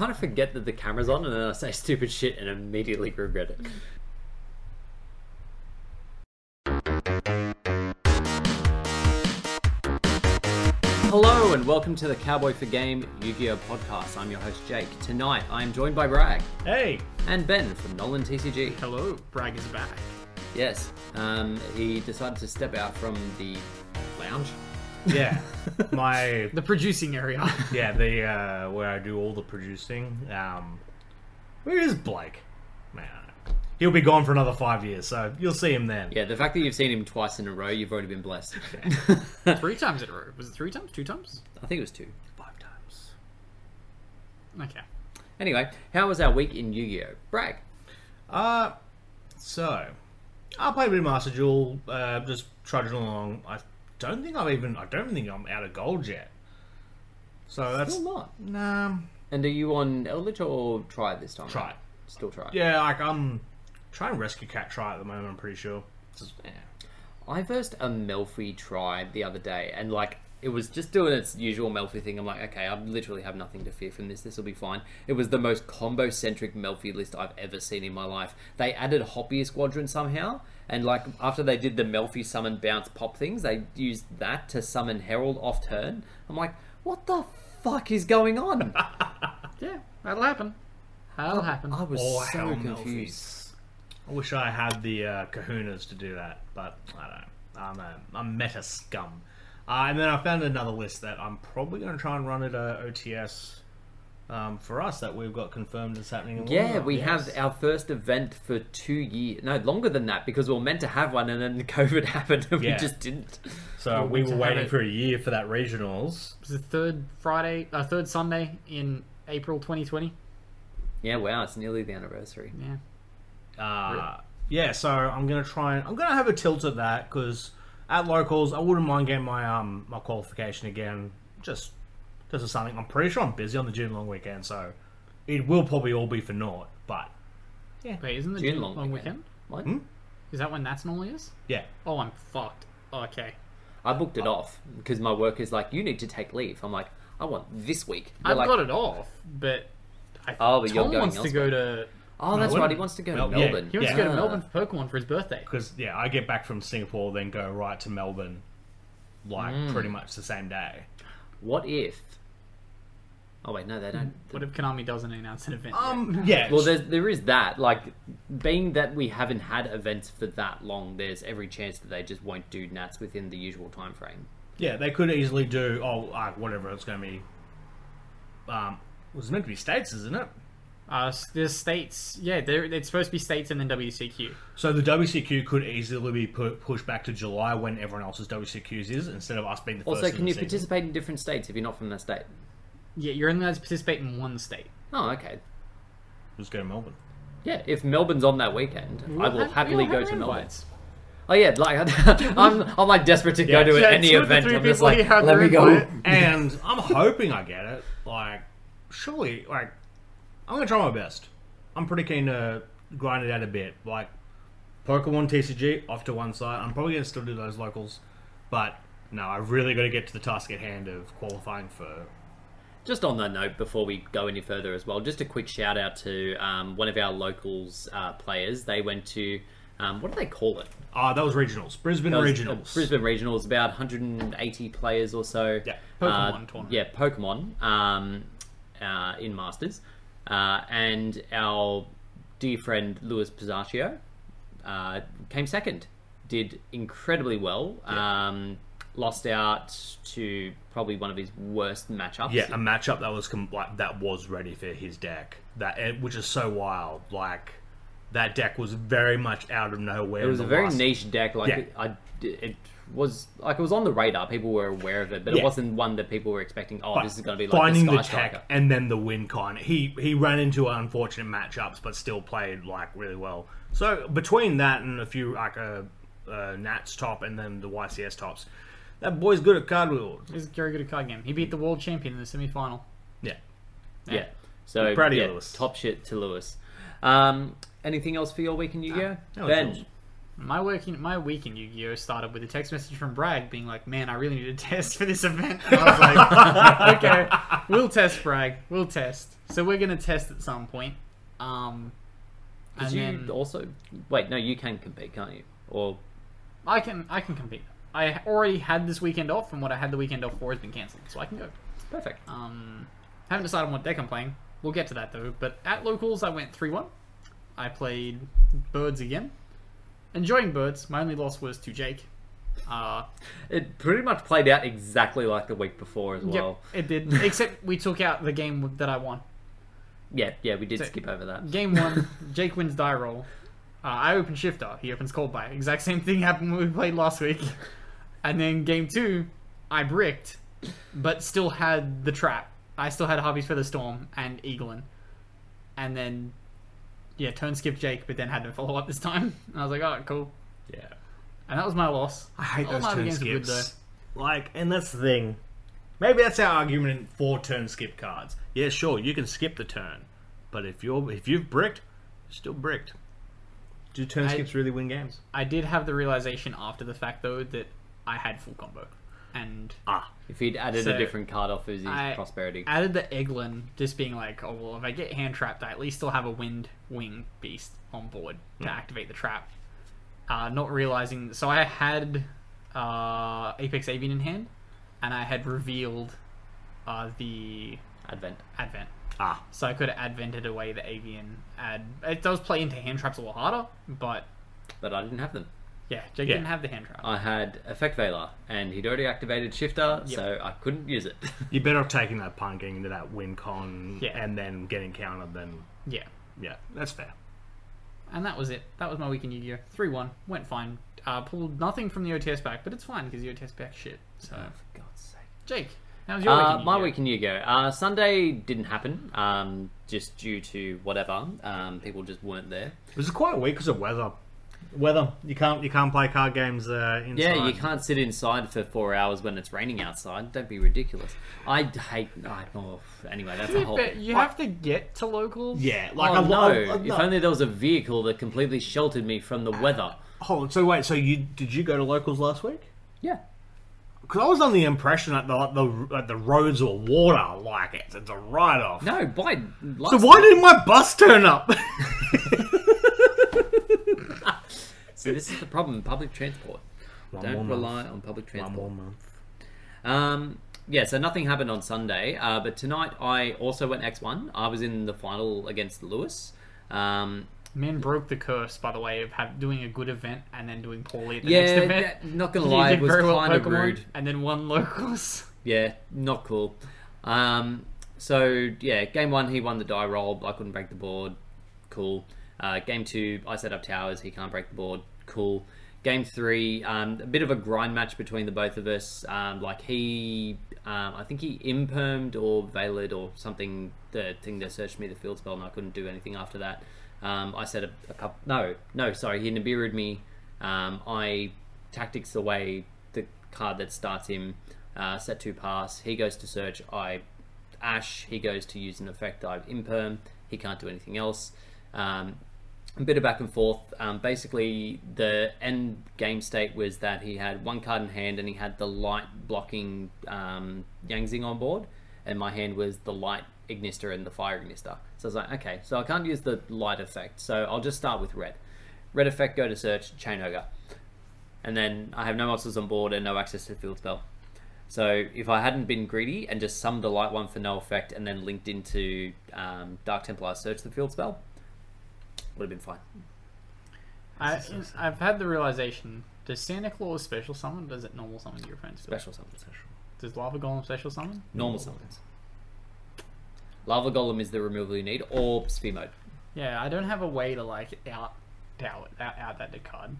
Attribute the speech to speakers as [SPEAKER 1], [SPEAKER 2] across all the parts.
[SPEAKER 1] kind of forget that the camera's on and then I say stupid shit and immediately regret it. Hello and welcome to the Cowboy for Game Yu Gi Oh! podcast. I'm your host Jake. Tonight I am joined by Bragg
[SPEAKER 2] Hey,
[SPEAKER 1] and Ben from Nolan TCG.
[SPEAKER 2] hello. Bragg is back.
[SPEAKER 1] Yes, um, he decided to step out from the lounge.
[SPEAKER 2] Yeah, my
[SPEAKER 3] the producing area.
[SPEAKER 2] yeah the uh, where I do all the producing. Um, where is Blake? Man, he'll be gone for another five years, so you'll see him then.
[SPEAKER 1] Yeah, the fact that you've seen him twice in a row, you've already been blessed.
[SPEAKER 3] three times in a row. Was it three times? Two times?
[SPEAKER 1] I think it was two.
[SPEAKER 2] Five times.
[SPEAKER 3] Okay.
[SPEAKER 1] Anyway, how was our week in Yu Gi Oh? Bragg.
[SPEAKER 2] Uh, so I played with Master Duel, uh, just trudging along. I don't think I've even. I don't think I'm out of gold yet. So that's
[SPEAKER 1] Still not.
[SPEAKER 2] nah.
[SPEAKER 1] And are you on Eldritch or Try this time?
[SPEAKER 2] Try.
[SPEAKER 1] Still Try.
[SPEAKER 2] Yeah, like I'm trying to rescue Cat Try at the moment. I'm pretty sure. Just-
[SPEAKER 1] I versed a Melfi Try the other day, and like it was just doing its usual Melfi thing. I'm like, okay, I literally have nothing to fear from this. This will be fine. It was the most combo centric Melfi list I've ever seen in my life. They added Hoppy Squadron somehow, and like after they did the Melfi summon bounce pop things, they used that to summon Herald off turn. I'm like, what the fuck is going on?
[SPEAKER 3] Yeah, that'll happen. That'll happen.
[SPEAKER 1] I was
[SPEAKER 2] Oh,
[SPEAKER 1] so
[SPEAKER 2] hell,
[SPEAKER 1] confused.
[SPEAKER 2] Melfi's. I wish I had the uh, kahunas to do that, but I don't. I'm a, I'm meta scum. Uh, and then I found another list that I'm probably going to try and run at uh, OTS um, for us that we've got confirmed is happening. in
[SPEAKER 1] Yeah,
[SPEAKER 2] Wollongong,
[SPEAKER 1] we
[SPEAKER 2] yes.
[SPEAKER 1] have our first event for two years. No, longer than that because we were meant to have one and then COVID happened and we
[SPEAKER 2] Yeah.
[SPEAKER 1] just didn't.
[SPEAKER 2] So we
[SPEAKER 3] meant to
[SPEAKER 2] were
[SPEAKER 3] have
[SPEAKER 2] waiting
[SPEAKER 3] it.
[SPEAKER 2] for a year for that regionals.
[SPEAKER 3] It was the third Friday, uh, third Sunday in April 2020.
[SPEAKER 1] Yeah, wow, it's nearly the anniversary.
[SPEAKER 3] Yeah.
[SPEAKER 2] Uh, yeah, so I'm gonna try and I'm gonna have a tilt at that because at locals I wouldn't mind getting my um my qualification again. Just just as something. I'm pretty sure I'm busy on the June long weekend, so it will probably all be for naught. But
[SPEAKER 3] Wait, isn't the
[SPEAKER 1] June
[SPEAKER 3] June,
[SPEAKER 1] long
[SPEAKER 3] long,
[SPEAKER 1] weekend.
[SPEAKER 3] weekend?
[SPEAKER 1] What?
[SPEAKER 3] Is that when that's normally is?
[SPEAKER 2] yeah,
[SPEAKER 3] Oh, I'm fucked. Okay.
[SPEAKER 1] I booked it off because my work is like, you need to take leave. I'm like, I want this week. They're
[SPEAKER 3] I've
[SPEAKER 1] like,
[SPEAKER 3] got it off, but I
[SPEAKER 1] Oh, but you're
[SPEAKER 3] Tom
[SPEAKER 1] going
[SPEAKER 3] wants to go
[SPEAKER 1] elsewhere.
[SPEAKER 3] to
[SPEAKER 1] Oh, that's
[SPEAKER 2] Melbourne?
[SPEAKER 1] right. He wants to go
[SPEAKER 2] Mel-
[SPEAKER 1] to
[SPEAKER 2] yeah,
[SPEAKER 1] Melbourne.
[SPEAKER 3] he wants
[SPEAKER 2] Yeah.
[SPEAKER 3] to go
[SPEAKER 1] Ah.
[SPEAKER 3] to Melbourne for Pokemon for his birthday.
[SPEAKER 2] because yeah, I get back from Singapore, then go right to Melbourne, like
[SPEAKER 1] Mm.
[SPEAKER 2] pretty much the same day.
[SPEAKER 1] What if? Oh wait, no, they don't.
[SPEAKER 3] What if Konami doesn't announce an event?
[SPEAKER 2] Um, yeah.
[SPEAKER 1] Well, there's, there is that. Like, being that we haven't had events for that long, there's every chance that they just won't do Nats within the usual time frame.
[SPEAKER 2] Yeah, they could easily do oh uh, whatever it's going to be. Um, it was meant to be states, isn't it?
[SPEAKER 3] Uh, s- there's states. Yeah, they're, it's supposed to be states and then WCQ.
[SPEAKER 2] So the WCQ could easily be put, pushed back to July when everyone else's WCQs is, instead of us being the first.
[SPEAKER 1] Also,
[SPEAKER 2] in
[SPEAKER 1] can
[SPEAKER 2] the
[SPEAKER 1] you
[SPEAKER 2] season.
[SPEAKER 1] participate in different states if you're not from that state?
[SPEAKER 3] Yeah, you're only allowed to participate in one state.
[SPEAKER 1] Oh, okay.
[SPEAKER 2] Let's go to Melbourne.
[SPEAKER 1] Yeah, if Melbourne's on that weekend, I will happily go to Melbourne.
[SPEAKER 3] Melbourne.
[SPEAKER 1] Oh yeah, like I'm, I'm like desperate to go to
[SPEAKER 3] Yeah,
[SPEAKER 1] any
[SPEAKER 3] two of the
[SPEAKER 1] event.
[SPEAKER 3] three
[SPEAKER 1] I'm just
[SPEAKER 3] people
[SPEAKER 1] like,
[SPEAKER 3] here have
[SPEAKER 1] let me
[SPEAKER 3] their
[SPEAKER 1] go.
[SPEAKER 3] invite.
[SPEAKER 2] And I'm hoping I get it. Like, surely, like, I'm gonna try my best. I'm pretty keen to grind it out a bit. Like, Pokemon TCG off to one side. I'm probably gonna still do those locals, but no, I really got to get to the task at hand of qualifying for.
[SPEAKER 1] Just on that note, before we go any further as well, just a quick shout out to um, one of our locals uh, players. They went to um, what do they call it?
[SPEAKER 2] Ah, that was regionals, Brisbane
[SPEAKER 1] That was-
[SPEAKER 2] regionals.
[SPEAKER 1] uh, Brisbane Regionals, about 180 players or so.
[SPEAKER 2] Yeah.
[SPEAKER 3] Pokemon
[SPEAKER 1] Uh,
[SPEAKER 3] tournament.
[SPEAKER 1] Yeah, Pokemon um, uh, in Masters. Uh, and our dear friend Luis Pizzaccio uh, came second. Did incredibly well. Um, lost out to probably one of his worst matchups.
[SPEAKER 2] Yeah, a matchup that was com- like that was ready for his deck. That eh, which is so wild. Like that deck was very much out of nowhere.
[SPEAKER 1] It was a very niche deck. Like
[SPEAKER 2] Yeah.
[SPEAKER 1] it- I, it was like it was on the radar. People were aware of it, but it
[SPEAKER 2] Yeah.
[SPEAKER 1] wasn't one that people were expecting. Oh,
[SPEAKER 2] But
[SPEAKER 1] this is going to be like
[SPEAKER 2] finding
[SPEAKER 1] the, Sky
[SPEAKER 2] the tech
[SPEAKER 1] Striker.
[SPEAKER 2] and then the win con. He he ran into unfortunate matchups, but still played like really well. So between that and a few like uh, uh, Nats top and then the YCS tops, that boy's good at card wheel.
[SPEAKER 4] He's very good at card game. He beat the world champion in the semi final.
[SPEAKER 2] Yeah,
[SPEAKER 1] Yeah. So
[SPEAKER 2] Proud of you,
[SPEAKER 1] yeah,
[SPEAKER 2] Lewis.
[SPEAKER 1] top shit to Lewis. Um, anything else for your week in Yu-Gi-Oh?
[SPEAKER 2] no, it's
[SPEAKER 1] ben,
[SPEAKER 2] yours.
[SPEAKER 4] My working my week in Yu-Gi-Oh started with a text message from Bragg being like, "Man, I really need a test for this event." And I was like, "Okay, we'll test Bragg. We'll test." So we're gonna test at some point. Um,
[SPEAKER 1] did
[SPEAKER 4] and
[SPEAKER 1] you
[SPEAKER 4] then
[SPEAKER 1] also wait? No, you can compete, can't you? Or
[SPEAKER 4] I can I can compete. I already had this weekend off, and what I had the weekend off for has been cancelled, so I can go.
[SPEAKER 1] perfect.
[SPEAKER 4] Um, haven't decided what deck I'm playing. We'll get to that though. But at locals, I went three one. I played birds again, enjoying birds. My only loss was to Jake. Uh,
[SPEAKER 1] it pretty much played out exactly like the week before as well.
[SPEAKER 4] Yep, it did. Except we took out the game that I won.
[SPEAKER 1] Yeah, yeah, we did
[SPEAKER 4] So-
[SPEAKER 1] skip over that.
[SPEAKER 4] Game one, Jake wins die roll. Uh, I open shifter. He opens cold by. Exact same thing happened when we played last week. And then game two, I bricked, but still had the trap. I still had Harvey's Feather Storm and Eaglin. And then, yeah, turn skip Jake, but then had no follow up this time. And I was like, oh, cool.
[SPEAKER 2] yeah.
[SPEAKER 4] And that was my loss.
[SPEAKER 2] I hate
[SPEAKER 4] All
[SPEAKER 2] those
[SPEAKER 4] my other
[SPEAKER 2] turn
[SPEAKER 4] games were good,
[SPEAKER 2] skips. Like, and that's the thing. Maybe that's our argument for turn skip cards. Yeah, sure, you can skip the turn, but if you're if you've bricked, you're still bricked. Do turn skips really win games?
[SPEAKER 4] I did have the realization after the fact, though, that I had full combo. And
[SPEAKER 2] Ah,
[SPEAKER 1] If he'd added a
[SPEAKER 4] So,
[SPEAKER 1] different card off Uzi's
[SPEAKER 4] I
[SPEAKER 1] prosperity.
[SPEAKER 4] Added the Eglin, just being like, oh well, if I get hand trapped, I at least still have a wind wing beast on board to
[SPEAKER 2] Hmm.
[SPEAKER 4] activate the trap. Uh, not realizing, so I had uh, Apex Avian in hand, and I had revealed uh, the
[SPEAKER 1] Advent.
[SPEAKER 4] Advent,
[SPEAKER 2] ah.
[SPEAKER 4] so I could have advented away the Avian. Ad- it does play into hand traps a lot harder, but
[SPEAKER 1] But I didn't have them.
[SPEAKER 4] yeah, Jake
[SPEAKER 2] Yeah. Uh,
[SPEAKER 4] didn't have the hand trap.
[SPEAKER 1] I had Effect Veiler, and he'd already activated Shifter, so I couldn't use it.
[SPEAKER 2] You're better off taking that punt, getting into that win con,
[SPEAKER 4] Yeah.
[SPEAKER 2] and then getting countered. Then
[SPEAKER 4] yeah,
[SPEAKER 2] yeah, that's fair.
[SPEAKER 4] and that was it. That was my week in Yu-Gi-Oh. Three one went fine. Uh, pulled nothing from the OTS back, but it's fine because the OTS back shit. So.
[SPEAKER 1] For God's sake.
[SPEAKER 4] Jake, how's your
[SPEAKER 1] Uh,
[SPEAKER 4] weekend?
[SPEAKER 1] my week in Yu Gi Oh! Uh, Sunday didn't happen, um, just due to whatever. Um, people just weren't there.
[SPEAKER 2] It was quite weak because of weather. Weather. You can't you can't play card games uh, inside.
[SPEAKER 1] Yeah, you can't sit inside for four hours when it's raining outside. Don't be ridiculous. I hate. I, oh, anyway, that's a whole.
[SPEAKER 4] But you have to get to locals.
[SPEAKER 2] Yeah, like
[SPEAKER 1] Like,
[SPEAKER 2] a
[SPEAKER 1] oh, no.
[SPEAKER 2] lot.
[SPEAKER 1] If only there was a vehicle that completely sheltered me from the weather.
[SPEAKER 2] Hold on. So wait. So you did you go to locals last week?
[SPEAKER 1] Yeah.
[SPEAKER 2] Because I was under the impression that the like, the, like, the roads were water, like it's, it's a write off.
[SPEAKER 1] No, by.
[SPEAKER 2] So why didn't my bus turn up?
[SPEAKER 1] So this is the problem: public transport. Don't
[SPEAKER 2] more
[SPEAKER 1] rely
[SPEAKER 2] month.
[SPEAKER 1] on public transport.
[SPEAKER 2] month.
[SPEAKER 1] Um, yeah, so nothing happened on Sunday, uh, but tonight I also went X1. I was in the final against Lewis. Um,
[SPEAKER 4] Men broke the curse, by the way, of have, doing a good event and then doing poorly at the
[SPEAKER 1] yeah,
[SPEAKER 4] next event.
[SPEAKER 1] that- not gonna
[SPEAKER 4] You
[SPEAKER 1] lie, it
[SPEAKER 4] did
[SPEAKER 1] was
[SPEAKER 4] very well at
[SPEAKER 1] kind of
[SPEAKER 4] Pokemon
[SPEAKER 1] rude.
[SPEAKER 4] And then won locals.
[SPEAKER 1] Yeah, not cool. Um, so yeah, game one he won the die roll. I couldn't break the board. Cool. Uh, game two I set up towers. He can't break the board. Cool. Game three, um, a bit of a grind match between the both of us. Um, like he, um, I think he impermed or valid or something. The thing that searched me the field spell and I couldn't do anything after that. Um, I set a, a couple. No, no, sorry. He nibiru'd me. Um, I tactics away the card that starts him. Uh, set to pass. He goes to search. I ash. He goes to use an effect. I imperm. He can't do anything else. Um, a bit of back and forth. Um, basically, the end game state was that he had one card in hand and he had the light blocking um, Yangzing on board, and my hand was the light ignister and the fire ignister. So I was like, okay, so I can't use the light effect. So I'll just start with red. Red effect, go to search, chain ogre and then I have no monsters on board and no access to the field spell. So if I hadn't been greedy and just summed a light one for no effect and then linked into um, Dark Templar search the field spell, would have been fine.
[SPEAKER 4] I, I've had the realization does Santa Claus special summon? Does it normal summon your friends?
[SPEAKER 1] Special summons.
[SPEAKER 4] Does Lava Golem special summon?
[SPEAKER 1] Normal summons. Lava Golem is the removal you need, or Sphere mode.
[SPEAKER 3] Yeah, I don't have a way to like out out out, out that to card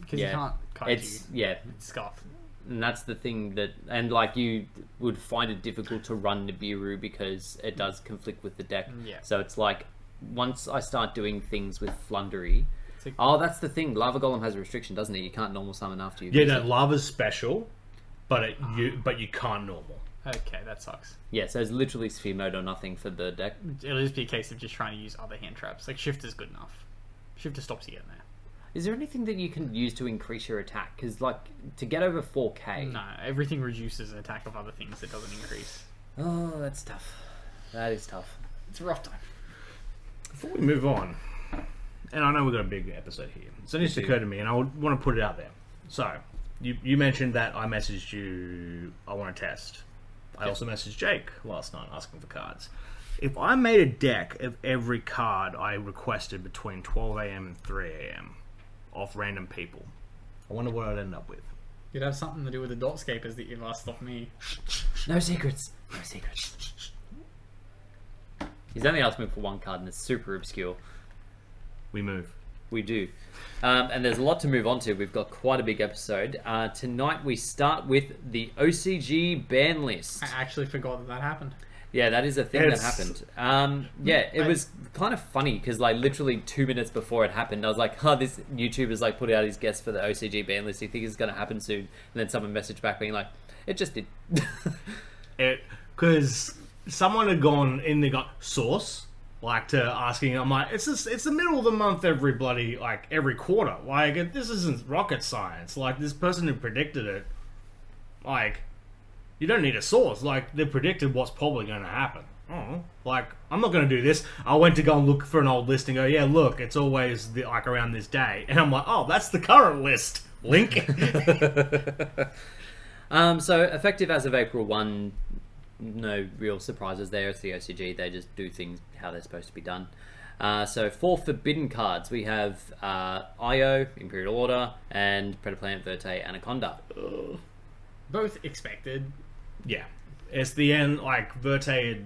[SPEAKER 3] because you
[SPEAKER 1] Yeah,
[SPEAKER 3] can't card
[SPEAKER 1] it's
[SPEAKER 3] you.
[SPEAKER 1] yeah,
[SPEAKER 3] Scuff.
[SPEAKER 1] and that's the thing that and like you would find it difficult to run Nibiru because it does conflict with the deck.
[SPEAKER 3] Yeah.
[SPEAKER 1] So it's like once I start doing things with Flundery.
[SPEAKER 3] like-
[SPEAKER 1] Oh, that's the thing. Lava Golem has a restriction, doesn't it? You can't normal summon after you.
[SPEAKER 2] Yeah, no, lava's special, but it, you but you can't normal.
[SPEAKER 3] Okay, that sucks.
[SPEAKER 1] Yeah, so it's literally sphere mode or nothing for the deck.
[SPEAKER 3] It'll just be a case of just trying to use other hand traps. Like shifter's good enough. Shifter stops you getting there.
[SPEAKER 1] Is there anything that you can use to increase your attack? Because like to get over 4K.
[SPEAKER 3] No, everything reduces an attack of other things that doesn't increase.
[SPEAKER 1] Oh, that's tough. That is tough.
[SPEAKER 3] It's a rough time.
[SPEAKER 2] Before we move on, and I know we've got a big episode here, so it just occurred to me, and I would want to put it out there. So, you, you mentioned that I messaged you, I want to test. I also messaged Jake last night asking for cards. If I made a deck of every card I requested between 12 a.m. and 3 a.m. off random people, I wonder what I'd end up with.
[SPEAKER 3] You'd have something to do with the dotscapers that you've asked off me.
[SPEAKER 1] No secrets. No secrets. He's only asked me for one card, and it's super obscure.
[SPEAKER 2] We move.
[SPEAKER 1] We do. Um, and there's a lot to move on to. We've got quite a big episode. Uh, tonight we start with the OCG ban list.
[SPEAKER 3] I actually forgot that that happened.
[SPEAKER 1] Yeah, that is a thing
[SPEAKER 2] It's-
[SPEAKER 1] that happened. Um, yeah, it was kind of funny because like literally two minutes before it happened, I was like, "Oh, this YouTuber's like put out his guess for the OCG ban list. You think it's going to happen soon?" And then someone messaged back being like, "It just did."
[SPEAKER 2] it because someone had gone in the got source like to asking i'm like it's just, it's the middle of the month every bloody like every quarter like it, this isn't rocket science like this person who predicted it like you don't need a source like they predicted what's probably going to happen oh like i'm not going to do this i went to go and look for an old list and go yeah look it's always the, like around this day and i'm like oh that's the current list link
[SPEAKER 1] um, so effective as of April one, no real surprises there. It's the OCG. They just do things how they're supposed to be done. Uh, so for forbidden cards, we have uh, Io, Imperial Order, and Predator Planet Verte Anaconda.
[SPEAKER 3] Both expected.
[SPEAKER 2] Yeah. It's the end, like, Vertade.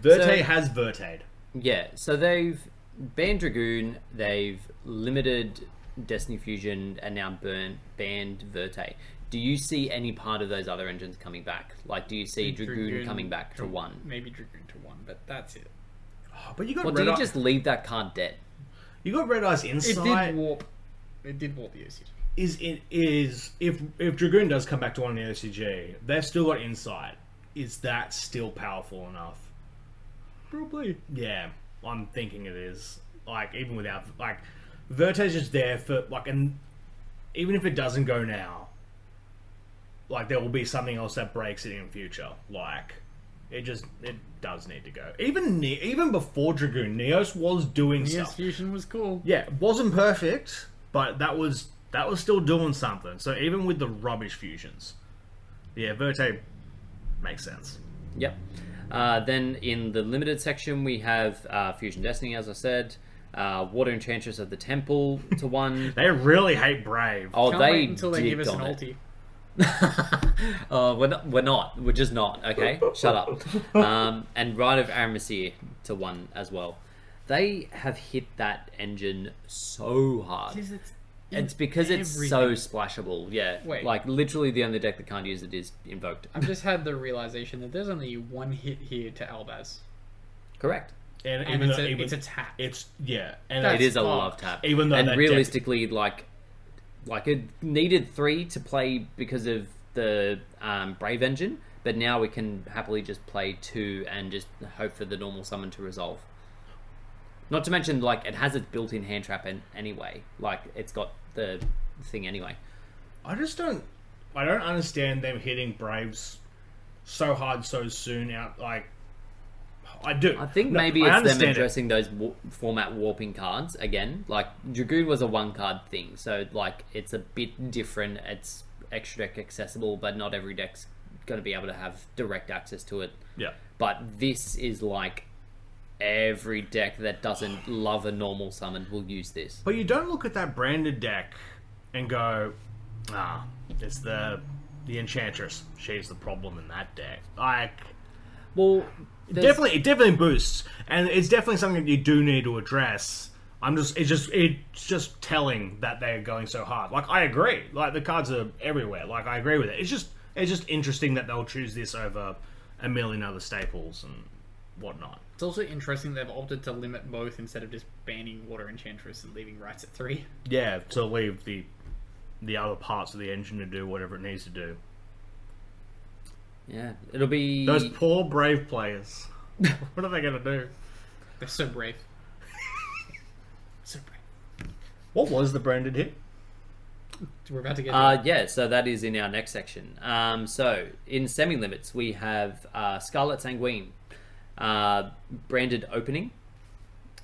[SPEAKER 2] Verte
[SPEAKER 1] So-
[SPEAKER 2] has Vertade.
[SPEAKER 1] Yeah, so they've banned Dragoon, they've limited Destiny Fusion, and now burn, banned Verte. Do you see any part of those other engines coming back? Like, do you see Dragoon, coming back to one?
[SPEAKER 3] Maybe Dragoon to one, but that's it.
[SPEAKER 2] Oh, But you got
[SPEAKER 1] Or do
[SPEAKER 2] Red
[SPEAKER 1] you
[SPEAKER 2] Eye.
[SPEAKER 1] just leave that card dead?
[SPEAKER 2] You got Red Eye's
[SPEAKER 3] It
[SPEAKER 2] insight.
[SPEAKER 3] did warp. It did warp the OCG.
[SPEAKER 2] is in is if if Dragoon does come back to one in the OCG, they've still got insight. Is that still powerful enough?
[SPEAKER 3] Probably.
[SPEAKER 2] Yeah, I'm thinking it is. Like even without like, Verte's just there for like, and even if it doesn't go now, like there will be something else that breaks it in future. Like it just it does need to go. Even ne- even before Dragoon, Neos was doing
[SPEAKER 3] Yes,
[SPEAKER 2] stuff.
[SPEAKER 3] fusion was cool.
[SPEAKER 2] Yeah, it wasn't perfect, but that was that was still doing something. So even with the rubbish fusions, yeah, Verte makes sense.
[SPEAKER 1] Yep. Uh, then in the limited section, we have uh, Fusion Destiny, as I said, uh, Water Enchantress of the Temple to one.
[SPEAKER 2] They really hate Brave.
[SPEAKER 1] Oh,
[SPEAKER 3] Can't
[SPEAKER 1] they
[SPEAKER 3] wait until they give
[SPEAKER 1] digged
[SPEAKER 3] us an
[SPEAKER 1] on it.
[SPEAKER 3] ulti.
[SPEAKER 1] Uh, we're not. We're not. We're just not. Okay, shut up. Um, and Rite of Aramisir to one as well. They have hit that engine so hard.
[SPEAKER 3] Is it-
[SPEAKER 1] it's because it's so splashable. Yeah,
[SPEAKER 3] Wait.
[SPEAKER 1] like literally the only deck that can't use it is invoked.
[SPEAKER 3] I've just had the realization that there's only one hit here to Albaz.
[SPEAKER 1] Correct.
[SPEAKER 2] and
[SPEAKER 3] And
[SPEAKER 2] even
[SPEAKER 3] it's,
[SPEAKER 2] though-
[SPEAKER 3] a,
[SPEAKER 2] even-
[SPEAKER 3] it's a tap.
[SPEAKER 2] it's yeah, and
[SPEAKER 3] That's-
[SPEAKER 1] It is a
[SPEAKER 3] Oh.
[SPEAKER 1] love tap.
[SPEAKER 2] Even though that
[SPEAKER 1] and
[SPEAKER 2] deck-
[SPEAKER 1] realistically, like, like it needed three to play because of the um, Brave engine, but now we can happily just play two and just hope for the normal summon to resolve. Not to mention, like, it has its built-in hand trap in anyway. Like, it's got the thing anyway.
[SPEAKER 2] I just don't I don't understand them hitting Braves so hard so soon out like I do.
[SPEAKER 1] I think
[SPEAKER 2] No,
[SPEAKER 1] maybe
[SPEAKER 2] I
[SPEAKER 1] it's them
[SPEAKER 2] understand it.
[SPEAKER 1] addressing those wa- format warping cards again. Like Dragoon was a one card thing, so like it's a bit different. It's extra deck accessible, but not every deck's going to be able to have direct access to it.
[SPEAKER 2] Yeah.
[SPEAKER 1] But this is like every deck that doesn't love a normal summon will use this.
[SPEAKER 2] But you don't look at that branded deck and go, ah, it's the the enchantress. She's the problem in that deck. Like
[SPEAKER 1] Well,
[SPEAKER 2] It definitely, it definitely boosts, and it's definitely something that you do need to address. I'm just, it's just, it's just telling that they're going so hard. Like I agree, like the cards are everywhere. Like I agree with it. It's just, it's just interesting that they'll choose this over a million other staples and whatnot.
[SPEAKER 4] It's also interesting they've opted to limit both instead of just banning Water Enchantress and leaving Rights at three.
[SPEAKER 2] Yeah, to leave the the other parts of the engine to do whatever it needs to do.
[SPEAKER 1] Yeah, it'll be
[SPEAKER 2] Those poor brave players. what are they gonna do?
[SPEAKER 4] They're so brave. so brave.
[SPEAKER 2] What was the branded hit?
[SPEAKER 4] We're about to get.
[SPEAKER 1] Uh, yeah, so that is in our next section. Um, so in semi limits, we have uh, Scarlet Sanguine, uh, branded opening,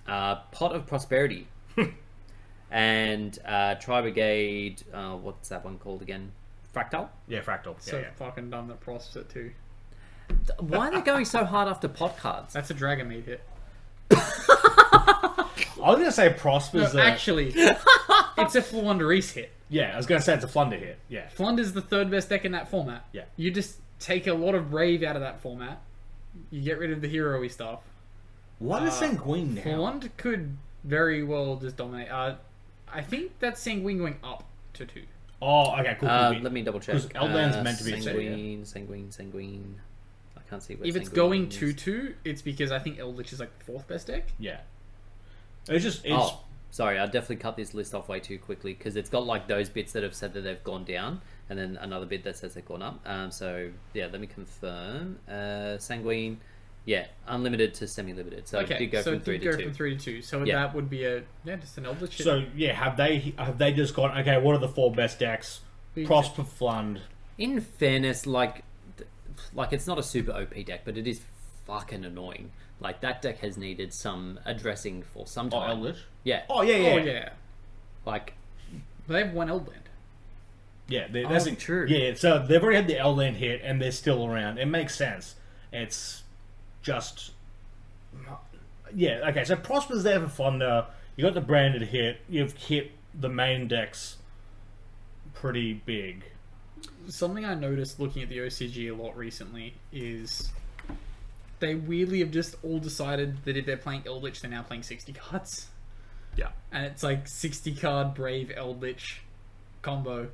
[SPEAKER 1] uh, Pot of Prosperity, and uh, Tri Brigade. Uh, what's that one called again? Fractal.
[SPEAKER 2] Yeah, fractal. Yeah,
[SPEAKER 4] so
[SPEAKER 2] yeah.
[SPEAKER 4] fucking dumb that Prost at two.
[SPEAKER 1] Why are they going so hard after pot cards?
[SPEAKER 4] That's a dragon meat hit.
[SPEAKER 2] I was gonna say Prosper's.
[SPEAKER 4] No,
[SPEAKER 2] a-
[SPEAKER 4] actually, it's a Flandrese hit.
[SPEAKER 2] yeah, I was gonna say it's a flunder hit. Yeah,
[SPEAKER 4] Flunder's the third best deck in that format.
[SPEAKER 2] Yeah.
[SPEAKER 4] You just take a lot of brave out of that format. You get rid of the hero y stuff.
[SPEAKER 2] What is Sanguine now?
[SPEAKER 4] Flund could very well just dominate. Uh, I think that's Sanguine going up to two.
[SPEAKER 2] Oh, okay, cool. cool,
[SPEAKER 1] Uh,
[SPEAKER 2] cool.
[SPEAKER 1] let me double check.
[SPEAKER 2] 'Cause Eldan's
[SPEAKER 1] Uh,
[SPEAKER 2] meant to be a city, yeah.
[SPEAKER 1] sanguine, sanguine, sanguine. I can't see. Where
[SPEAKER 4] If it's
[SPEAKER 1] sanguine
[SPEAKER 4] going
[SPEAKER 1] is.
[SPEAKER 4] to two, it's because I think Eldritch is like the fourth best deck.
[SPEAKER 2] Yeah, it's just it's
[SPEAKER 1] Oh, sorry, I definitely cut this list off way too quickly because it's got like those bits that have said that they've gone down, and then another bit that says they've gone up. Um, so yeah, let me confirm. Uh, sanguine, yeah, unlimited to semi-limited. So it
[SPEAKER 4] Okay,
[SPEAKER 1] did go
[SPEAKER 4] so
[SPEAKER 1] from
[SPEAKER 4] it
[SPEAKER 1] three
[SPEAKER 4] did
[SPEAKER 1] to
[SPEAKER 4] go
[SPEAKER 1] two.
[SPEAKER 4] from three to two. So
[SPEAKER 1] Yeah.
[SPEAKER 4] that would be a yeah, just an Eldritch. hit.
[SPEAKER 2] so yeah. Have they have they just gone? Okay, what are the four best decks? Prosper Flund.
[SPEAKER 1] In fairness, like, th- like it's not a super OP deck, but it is fucking annoying. Like that deck has needed some addressing for some
[SPEAKER 2] Oh,
[SPEAKER 1] time.
[SPEAKER 2] Eldritch.
[SPEAKER 1] Yeah,
[SPEAKER 2] Oh yeah, yeah,
[SPEAKER 4] oh
[SPEAKER 2] yeah.
[SPEAKER 4] yeah,
[SPEAKER 1] like
[SPEAKER 4] but they have one Eldland.
[SPEAKER 2] yeah they, that's
[SPEAKER 1] Oh,
[SPEAKER 2] it.
[SPEAKER 1] true.
[SPEAKER 2] Yeah, so they've already had the Elden hit, and they're still around. It makes sense. It's just yeah. Okay, so Prosper's there for Fonda. You got the branded hit. You've hit the main decks pretty big.
[SPEAKER 4] Something I noticed looking at the OCG a lot recently is they weirdly have just all decided that if they're playing Eldritch, they're now playing sixty cards.
[SPEAKER 2] Yeah.
[SPEAKER 4] and it's like 60 card brave eldritch combo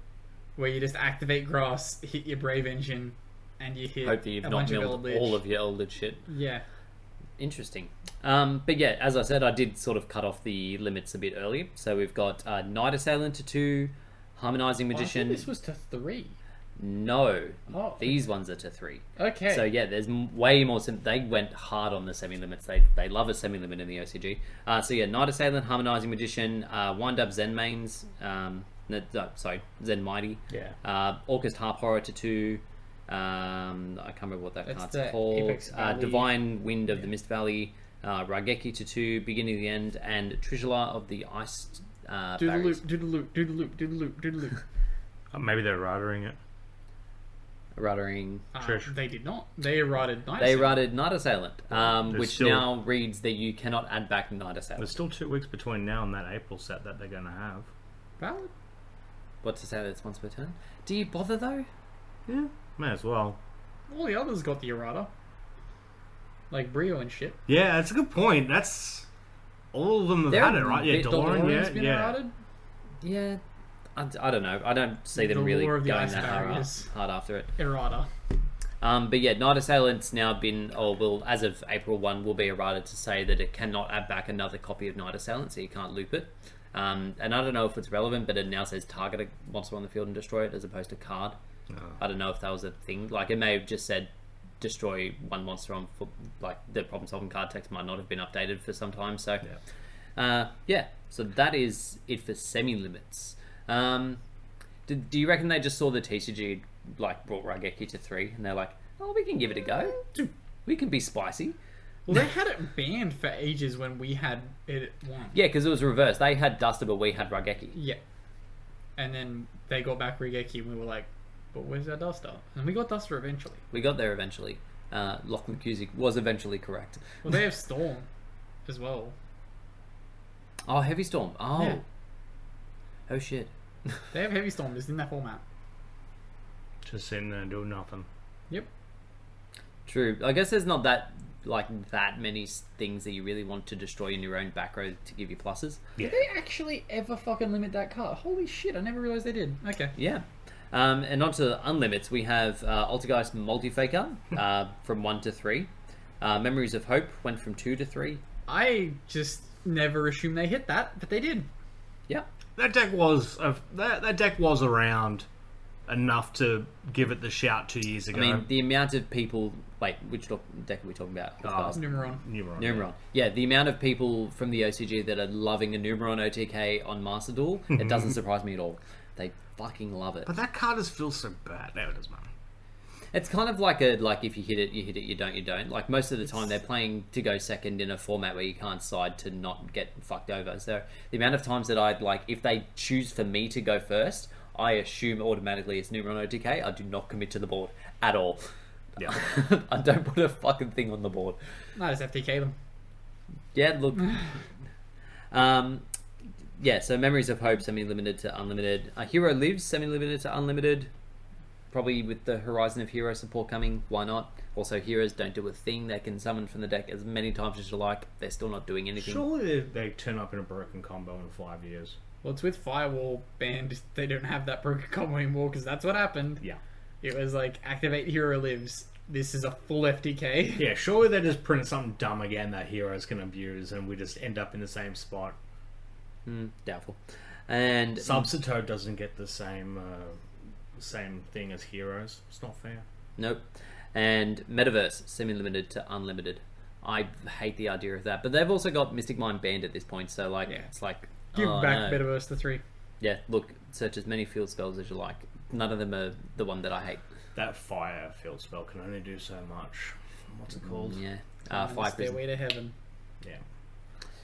[SPEAKER 4] where you just activate grass hit your brave engine and you hit
[SPEAKER 1] hopefully you've
[SPEAKER 4] a
[SPEAKER 1] not
[SPEAKER 4] bunch of
[SPEAKER 1] milled
[SPEAKER 4] eldritch
[SPEAKER 1] all of your Eldritch shit.
[SPEAKER 4] yeah
[SPEAKER 1] Interesting. Um, but yeah, as I said, I did sort of cut off the limits a bit earlier. So we've got uh, Night Assailant to two, Harmonizing
[SPEAKER 4] Oh, I thought
[SPEAKER 1] Magician.
[SPEAKER 4] this was to three
[SPEAKER 1] No,
[SPEAKER 4] Oh.
[SPEAKER 1] these ones are to three.
[SPEAKER 4] okay
[SPEAKER 1] So yeah, there's m- way more. Sim- they went hard on the semi limits. They they love a semi limit in the OCG. Uh, so yeah, Night Assailant, Harmonizing Magician, uh, Wind Up Zen Mains. Um, no, no, sorry, Zen Mighty.
[SPEAKER 2] Yeah.
[SPEAKER 1] Uh, Orcus Harp Horror to two. Um, I can't remember what that
[SPEAKER 4] That's
[SPEAKER 1] card's
[SPEAKER 4] the
[SPEAKER 1] called.
[SPEAKER 4] Apex
[SPEAKER 1] uh,
[SPEAKER 4] Valley.
[SPEAKER 1] Divine Wind of the Mist Valley, uh, Rageki to two, Beginning of the End, and Trishala of the Ice. Uh,
[SPEAKER 4] do the
[SPEAKER 1] Barriers.
[SPEAKER 4] loop do the loop do the loop do the loop do the loop
[SPEAKER 2] Maybe they're routering it.
[SPEAKER 1] Ruddering.
[SPEAKER 4] Uh,
[SPEAKER 2] Trish.
[SPEAKER 4] they did not they rotted nice
[SPEAKER 1] They routed Night Assailant, um,
[SPEAKER 2] There's
[SPEAKER 1] which
[SPEAKER 2] still-
[SPEAKER 1] now reads that you cannot add back Night Assailant.
[SPEAKER 2] There's still two weeks between now and that April set that they're going to have.
[SPEAKER 4] valid
[SPEAKER 1] What's to say that it's once per turn? Do you bother though?
[SPEAKER 2] Yeah, may as well.
[SPEAKER 4] all the others got the errata like brio and shit
[SPEAKER 2] Yeah, that's a good point. That's all of them have
[SPEAKER 1] They're
[SPEAKER 2] had it, right? Yeah,
[SPEAKER 1] bit-
[SPEAKER 2] DeLorean,
[SPEAKER 4] Lauren's
[SPEAKER 2] yeah,
[SPEAKER 4] been
[SPEAKER 2] yeah.
[SPEAKER 4] errated.
[SPEAKER 1] Yeah, I, I don't know. I don't see them
[SPEAKER 4] The
[SPEAKER 1] really
[SPEAKER 4] lore of
[SPEAKER 1] going
[SPEAKER 4] the ice
[SPEAKER 1] that hard,
[SPEAKER 4] barriers.
[SPEAKER 1] hard after it.
[SPEAKER 4] errata
[SPEAKER 1] Um, but yeah, Night Assailant's now been, or will, as of April 1, will be errated to say that it cannot add back another copy of Night Assailant, so you can't loop it. Um, and I don't know if it's relevant, but it now says target a monster on the field and destroy it as opposed to card. I don't know if that was a thing. Like, it may have just said destroy one monster on, fo- like, the problem solving card text might not have been updated for some time, so. Uh, yeah, so that is it for semi limits. Um, do, do you reckon they just saw the TCG like brought Rageki to three and they're like, oh, we can give it a go. We can be spicy.
[SPEAKER 4] well they had it banned for ages when we had it at one
[SPEAKER 1] Yeah, because it was reversed. They had Duster, but we had Rageki.
[SPEAKER 4] Yeah. And then they got back Rigeki and we were like, but where's our Duster? And we got Duster eventually.
[SPEAKER 1] We got there eventually. Uh, Lachlan Cusick was eventually correct.
[SPEAKER 4] Well, they have Storm as well.
[SPEAKER 1] Oh, Heavy Storm. Oh.
[SPEAKER 4] Yeah.
[SPEAKER 1] Oh, shit.
[SPEAKER 4] They have Heavy Storm just in that format.
[SPEAKER 2] Just sitting there doing nothing.
[SPEAKER 4] Yep.
[SPEAKER 1] True. I guess there's not that like that many s- things that you really want to destroy in your own back row to give you pluses.
[SPEAKER 2] Yeah.
[SPEAKER 4] Did they actually ever fucking limit that card? Holy shit, I never realized they did. Okay.
[SPEAKER 1] Yeah. Um, and onto the unlimits, we have uh, Altergeist Multifaker uh, from 1 to 3. Uh, Memories of Hope went from 2 to 3.
[SPEAKER 3] I just never assumed they hit that, but they did.
[SPEAKER 1] Yeah.
[SPEAKER 2] That deck was uh, that, that deck was around enough to give it the shout two years ago.
[SPEAKER 1] I mean, the amount of people. Wait, which lo- deck are we talking about?
[SPEAKER 2] Oh,
[SPEAKER 1] Cards.
[SPEAKER 3] Numeron.
[SPEAKER 2] Numeron.
[SPEAKER 1] Numeron. Yeah, the amount of people from the OCG that are loving a Numeron OTK on Master Duel, it doesn't surprise me at all. They fucking love it.
[SPEAKER 2] But that card just feels so bad. There it is, man.
[SPEAKER 1] It's kind of like a like if you hit it, you hit it. You don't, you don't. Like most of the time, they're playing to go second in a format where you can't side to not get fucked over. So the amount of times that I'd like, if they choose for me to go first, I assume automatically it's Numeron OTK. I do not commit to the board at all.
[SPEAKER 2] Yeah.
[SPEAKER 1] I don't put a fucking thing on the board.
[SPEAKER 3] I just FTK them.
[SPEAKER 1] Yeah, look. um, yeah, so Memories of Hope, semi limited to unlimited. A Hero Lives, semi limited to unlimited. Probably with the Horizon of Hero support coming, why not? Also, heroes don't do a thing. They can summon from the deck as many times as you like. They're still not doing anything.
[SPEAKER 2] Surely they, they turn up in a broken combo in five years.
[SPEAKER 3] Well, it's with Firewall banned. They don't have that broken combo anymore because that's what happened.
[SPEAKER 2] Yeah.
[SPEAKER 3] It was like activate hero lives. This is a full FTK.
[SPEAKER 2] Yeah, surely they just print something dumb again that heroes can abuse and we just end up in the same spot.
[SPEAKER 1] Doubtful. And
[SPEAKER 2] Subsito doesn't get the same uh, same thing as heroes. It's not fair.
[SPEAKER 1] Nope. And Metaverse, semi limited to unlimited. I hate the idea of that. But they've also got Mystic Mind banned at this point, so like
[SPEAKER 3] Yeah.
[SPEAKER 1] it's like
[SPEAKER 3] Give
[SPEAKER 1] oh,
[SPEAKER 3] back
[SPEAKER 1] no.
[SPEAKER 3] Metaverse to three.
[SPEAKER 1] Yeah, look, search as many field spells as you like. None of them are the one that I hate.
[SPEAKER 2] That fire field spell can only do so much. What's it called?
[SPEAKER 1] Yeah. Uh, five
[SPEAKER 3] Their
[SPEAKER 1] prison.
[SPEAKER 3] way to heaven.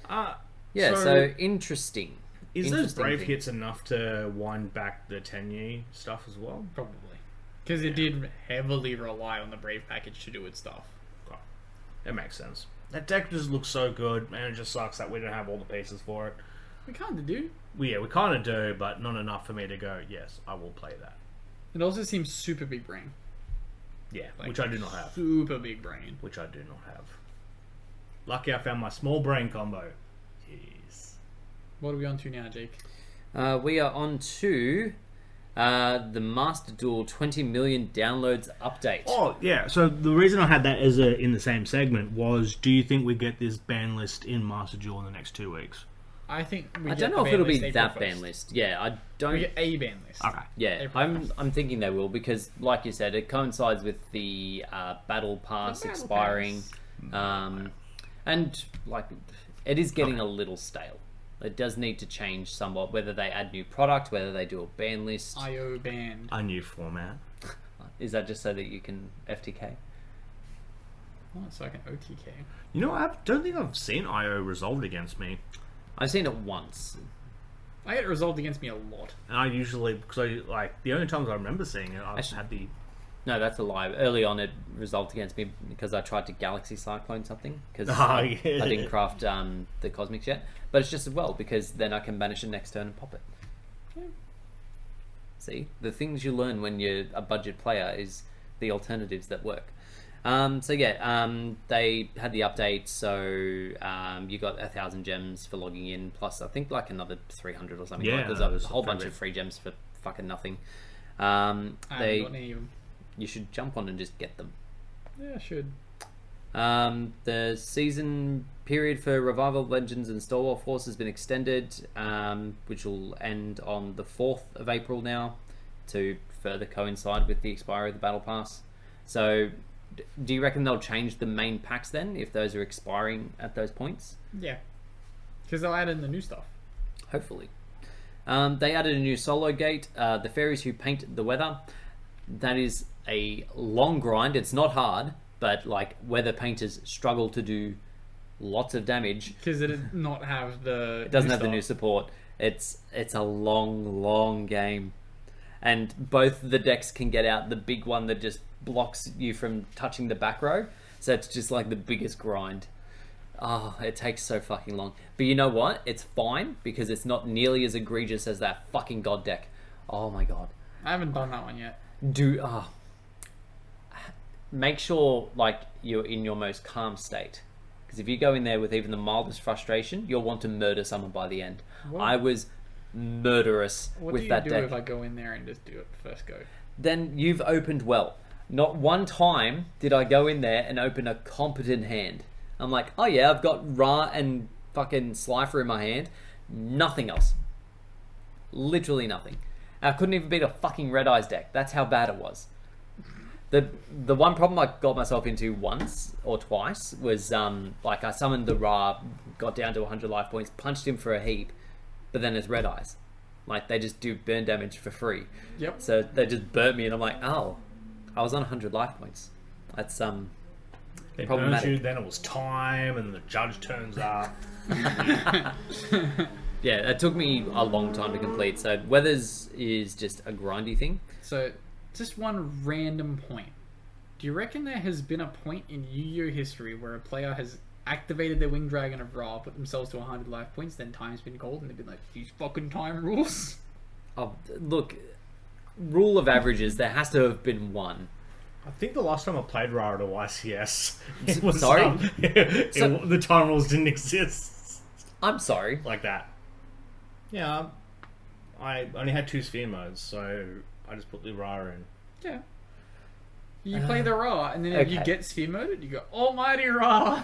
[SPEAKER 2] Yeah.
[SPEAKER 1] Yeah, so,
[SPEAKER 2] So-
[SPEAKER 1] interesting.
[SPEAKER 2] Is those
[SPEAKER 1] Interesting
[SPEAKER 2] brave
[SPEAKER 1] thing.
[SPEAKER 2] hits enough to wind back the Tenyi stuff as well?
[SPEAKER 3] Probably. Because it did heavily rely on the Brave package to do its stuff.
[SPEAKER 2] Oh, That makes sense. That deck just looks so good, and it just sucks that we don't have all the pieces for it.
[SPEAKER 3] We kind of do.
[SPEAKER 2] We, yeah, we kind of do, but not enough for me to go, yes, I will play that.
[SPEAKER 3] It also seems super big brain.
[SPEAKER 2] Yeah, which I do not have.
[SPEAKER 3] Super big brain.
[SPEAKER 2] Which I do not have. Lucky I found my small brain combo. Jeez.
[SPEAKER 3] What are we on to now, Jake?
[SPEAKER 1] Uh, we are on to uh, the Master Duel 20 million downloads update.
[SPEAKER 2] Oh, yeah, so the reason I had that as a in the same segment was do you think we get this ban list in Master Duel in the next two weeks?
[SPEAKER 3] I think we
[SPEAKER 1] I don't know if it'll be that ban list. Yeah, I don't.
[SPEAKER 3] We get a ban list.
[SPEAKER 2] Okay.
[SPEAKER 1] Yeah,
[SPEAKER 3] April
[SPEAKER 1] I'm I'm thinking they will because, like you said, it coincides with the uh, battle pass
[SPEAKER 3] The battle
[SPEAKER 1] expiring, Um, and like it is getting a little stale. It does need to change somewhat. Whether they add new product, whether they do a ban list,
[SPEAKER 3] IO ban.
[SPEAKER 2] A new format.
[SPEAKER 1] is that just so that you can FTK?
[SPEAKER 3] Oh, so I can OTK.
[SPEAKER 2] You know, I don't think I've seen IO resolved against me.
[SPEAKER 1] I've seen it once.
[SPEAKER 3] I get it resolved against me a lot.
[SPEAKER 2] And I usually, because I, like, the only times I remember seeing it, I've
[SPEAKER 1] Actually-
[SPEAKER 2] had the.
[SPEAKER 1] No, that's a lie. Early on, it resolved against me because I tried to Galaxy Cyclone something because
[SPEAKER 2] Ah,
[SPEAKER 1] I,
[SPEAKER 2] yeah.
[SPEAKER 1] I didn't craft um, the Cosmic yet. But it's just as well because then I can banish it next turn and pop it. See, the things you learn when you're a budget player is the alternatives that work. Um, so yeah, um, they had the update, so um, you got a thousand gems for logging in, plus I think like another three hundred or something.
[SPEAKER 2] Yeah,
[SPEAKER 1] like, there's
[SPEAKER 2] no,
[SPEAKER 1] a
[SPEAKER 2] there's a
[SPEAKER 1] whole
[SPEAKER 2] fair
[SPEAKER 1] bunch
[SPEAKER 2] bit.
[SPEAKER 1] of free gems for fucking nothing. Um,
[SPEAKER 3] I
[SPEAKER 1] they
[SPEAKER 3] haven't got any of them.
[SPEAKER 1] you should jump on and just get them.
[SPEAKER 3] Yeah, I should.
[SPEAKER 1] Um, the season period for Revival of Legends and Stalwart Force has been extended, um, which will end on the 4th of April now to further coincide with the expiry of the Battle Pass. So, d- do you reckon they'll change the main packs then if those are expiring at those points?
[SPEAKER 3] Yeah. Because they'll add in the new stuff.
[SPEAKER 1] Hopefully. Um, they added a new solo gate, uh, The Fairies Who Paint the Weather. That is a long grind. It's not hard, but like weather painters struggle to do lots of damage.
[SPEAKER 3] Because it did not have the.
[SPEAKER 1] It doesn't have the new support. It's it's a long, long game. And both the decks can get out the big one that just blocks you from touching the back row. So it's just like the biggest grind. Oh, it takes so fucking long. But you know what? It's fine because it's not nearly as egregious as that fucking god deck. Oh my god.
[SPEAKER 3] I haven't done that one yet.
[SPEAKER 1] Do ah. make sure like you're in your most calm state. Because if you go in there with even the mildest frustration, you'll want to murder someone by the end. I was murderous
[SPEAKER 4] What
[SPEAKER 1] with
[SPEAKER 4] do you
[SPEAKER 1] that
[SPEAKER 4] do
[SPEAKER 1] deck.
[SPEAKER 4] if I go in there and just do it first go?
[SPEAKER 1] Then you've opened well. Not one time did I go in there and open a competent hand. I'm like, oh yeah, I've got Ra and fucking Slifer in my hand. Nothing else. Literally nothing. And I couldn't even beat a fucking Red Eyes deck. That's how bad it was. The the one problem I got myself into once or twice was um like I summoned the Ra, got down to 100 life points, punched him for a heap, but then it's Red Eyes. Like they just do burn damage for free.
[SPEAKER 4] Yep.
[SPEAKER 1] So they just burnt me, and I'm like, oh, I was on 100 life points. That's um.
[SPEAKER 2] They burnt
[SPEAKER 1] Problematic.
[SPEAKER 2] you, then it was time, and the judge turns up.
[SPEAKER 1] Yeah, it took me a long time to complete. So weathers is just a grindy thing.
[SPEAKER 4] So, just one random point. Do you reckon there has been a point in Yu-Gi-Oh history where a player has activated their Winged Dragon of Ra, put themselves to 100 life points, then time's been called, and they've been like, "These fucking time rules."
[SPEAKER 1] Oh, look, rule of averages. There has to have been one.
[SPEAKER 2] I think the last time I played Rara to YCS, it was
[SPEAKER 1] Sorry?
[SPEAKER 2] um, it-
[SPEAKER 1] So-
[SPEAKER 2] the time rules didn't exist
[SPEAKER 1] I'm sorry.
[SPEAKER 2] like that. Yeah, I only had two sphere modes, so I just put the Rara in.
[SPEAKER 4] Yeah. You play the Ra, and then if you
[SPEAKER 1] Uh, okay.
[SPEAKER 4] get sphere murdered, you go, "Almighty Ra."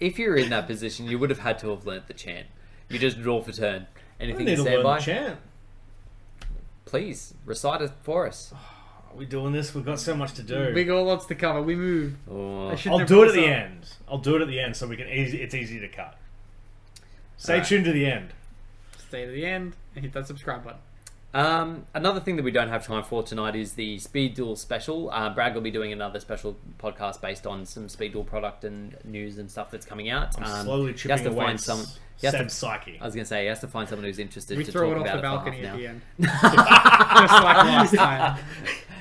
[SPEAKER 1] If you were in that position, you would have had to have learnt the chant. You just draw for turn.
[SPEAKER 2] I
[SPEAKER 1] Anything
[SPEAKER 2] need
[SPEAKER 1] you
[SPEAKER 2] to
[SPEAKER 1] stand
[SPEAKER 2] learn
[SPEAKER 1] by,
[SPEAKER 2] the chant.
[SPEAKER 1] please recite it for us.
[SPEAKER 2] Are we doing this? We've got so much to do.
[SPEAKER 4] We got lots to cover. We move.
[SPEAKER 1] Oh.
[SPEAKER 4] I should
[SPEAKER 2] I'll
[SPEAKER 4] never
[SPEAKER 2] do it at
[SPEAKER 4] listen.
[SPEAKER 2] the end. I'll do it at the end so we can easy. It's easy to cut. Stay tuned to the end.
[SPEAKER 4] Stay to the end and hit that subscribe button.
[SPEAKER 1] Um, another thing that we don't have time for tonight is the Speed Duel special. Uh, Brad will be doing another special podcast based on some Speed Duel product and news and stuff that's coming out. Um,
[SPEAKER 2] Slowly
[SPEAKER 1] he has
[SPEAKER 2] chipping
[SPEAKER 1] to
[SPEAKER 2] away.
[SPEAKER 1] find
[SPEAKER 2] at
[SPEAKER 1] someone.
[SPEAKER 2] s-
[SPEAKER 1] He has to-
[SPEAKER 2] Seb's psyche.
[SPEAKER 1] I was going to say he has to find someone who's interested
[SPEAKER 4] We
[SPEAKER 1] to
[SPEAKER 4] throw
[SPEAKER 1] talk
[SPEAKER 4] it off
[SPEAKER 1] about
[SPEAKER 4] the balcony
[SPEAKER 1] it for half
[SPEAKER 4] at
[SPEAKER 1] an
[SPEAKER 4] the
[SPEAKER 1] hour.
[SPEAKER 4] end. Just like last time.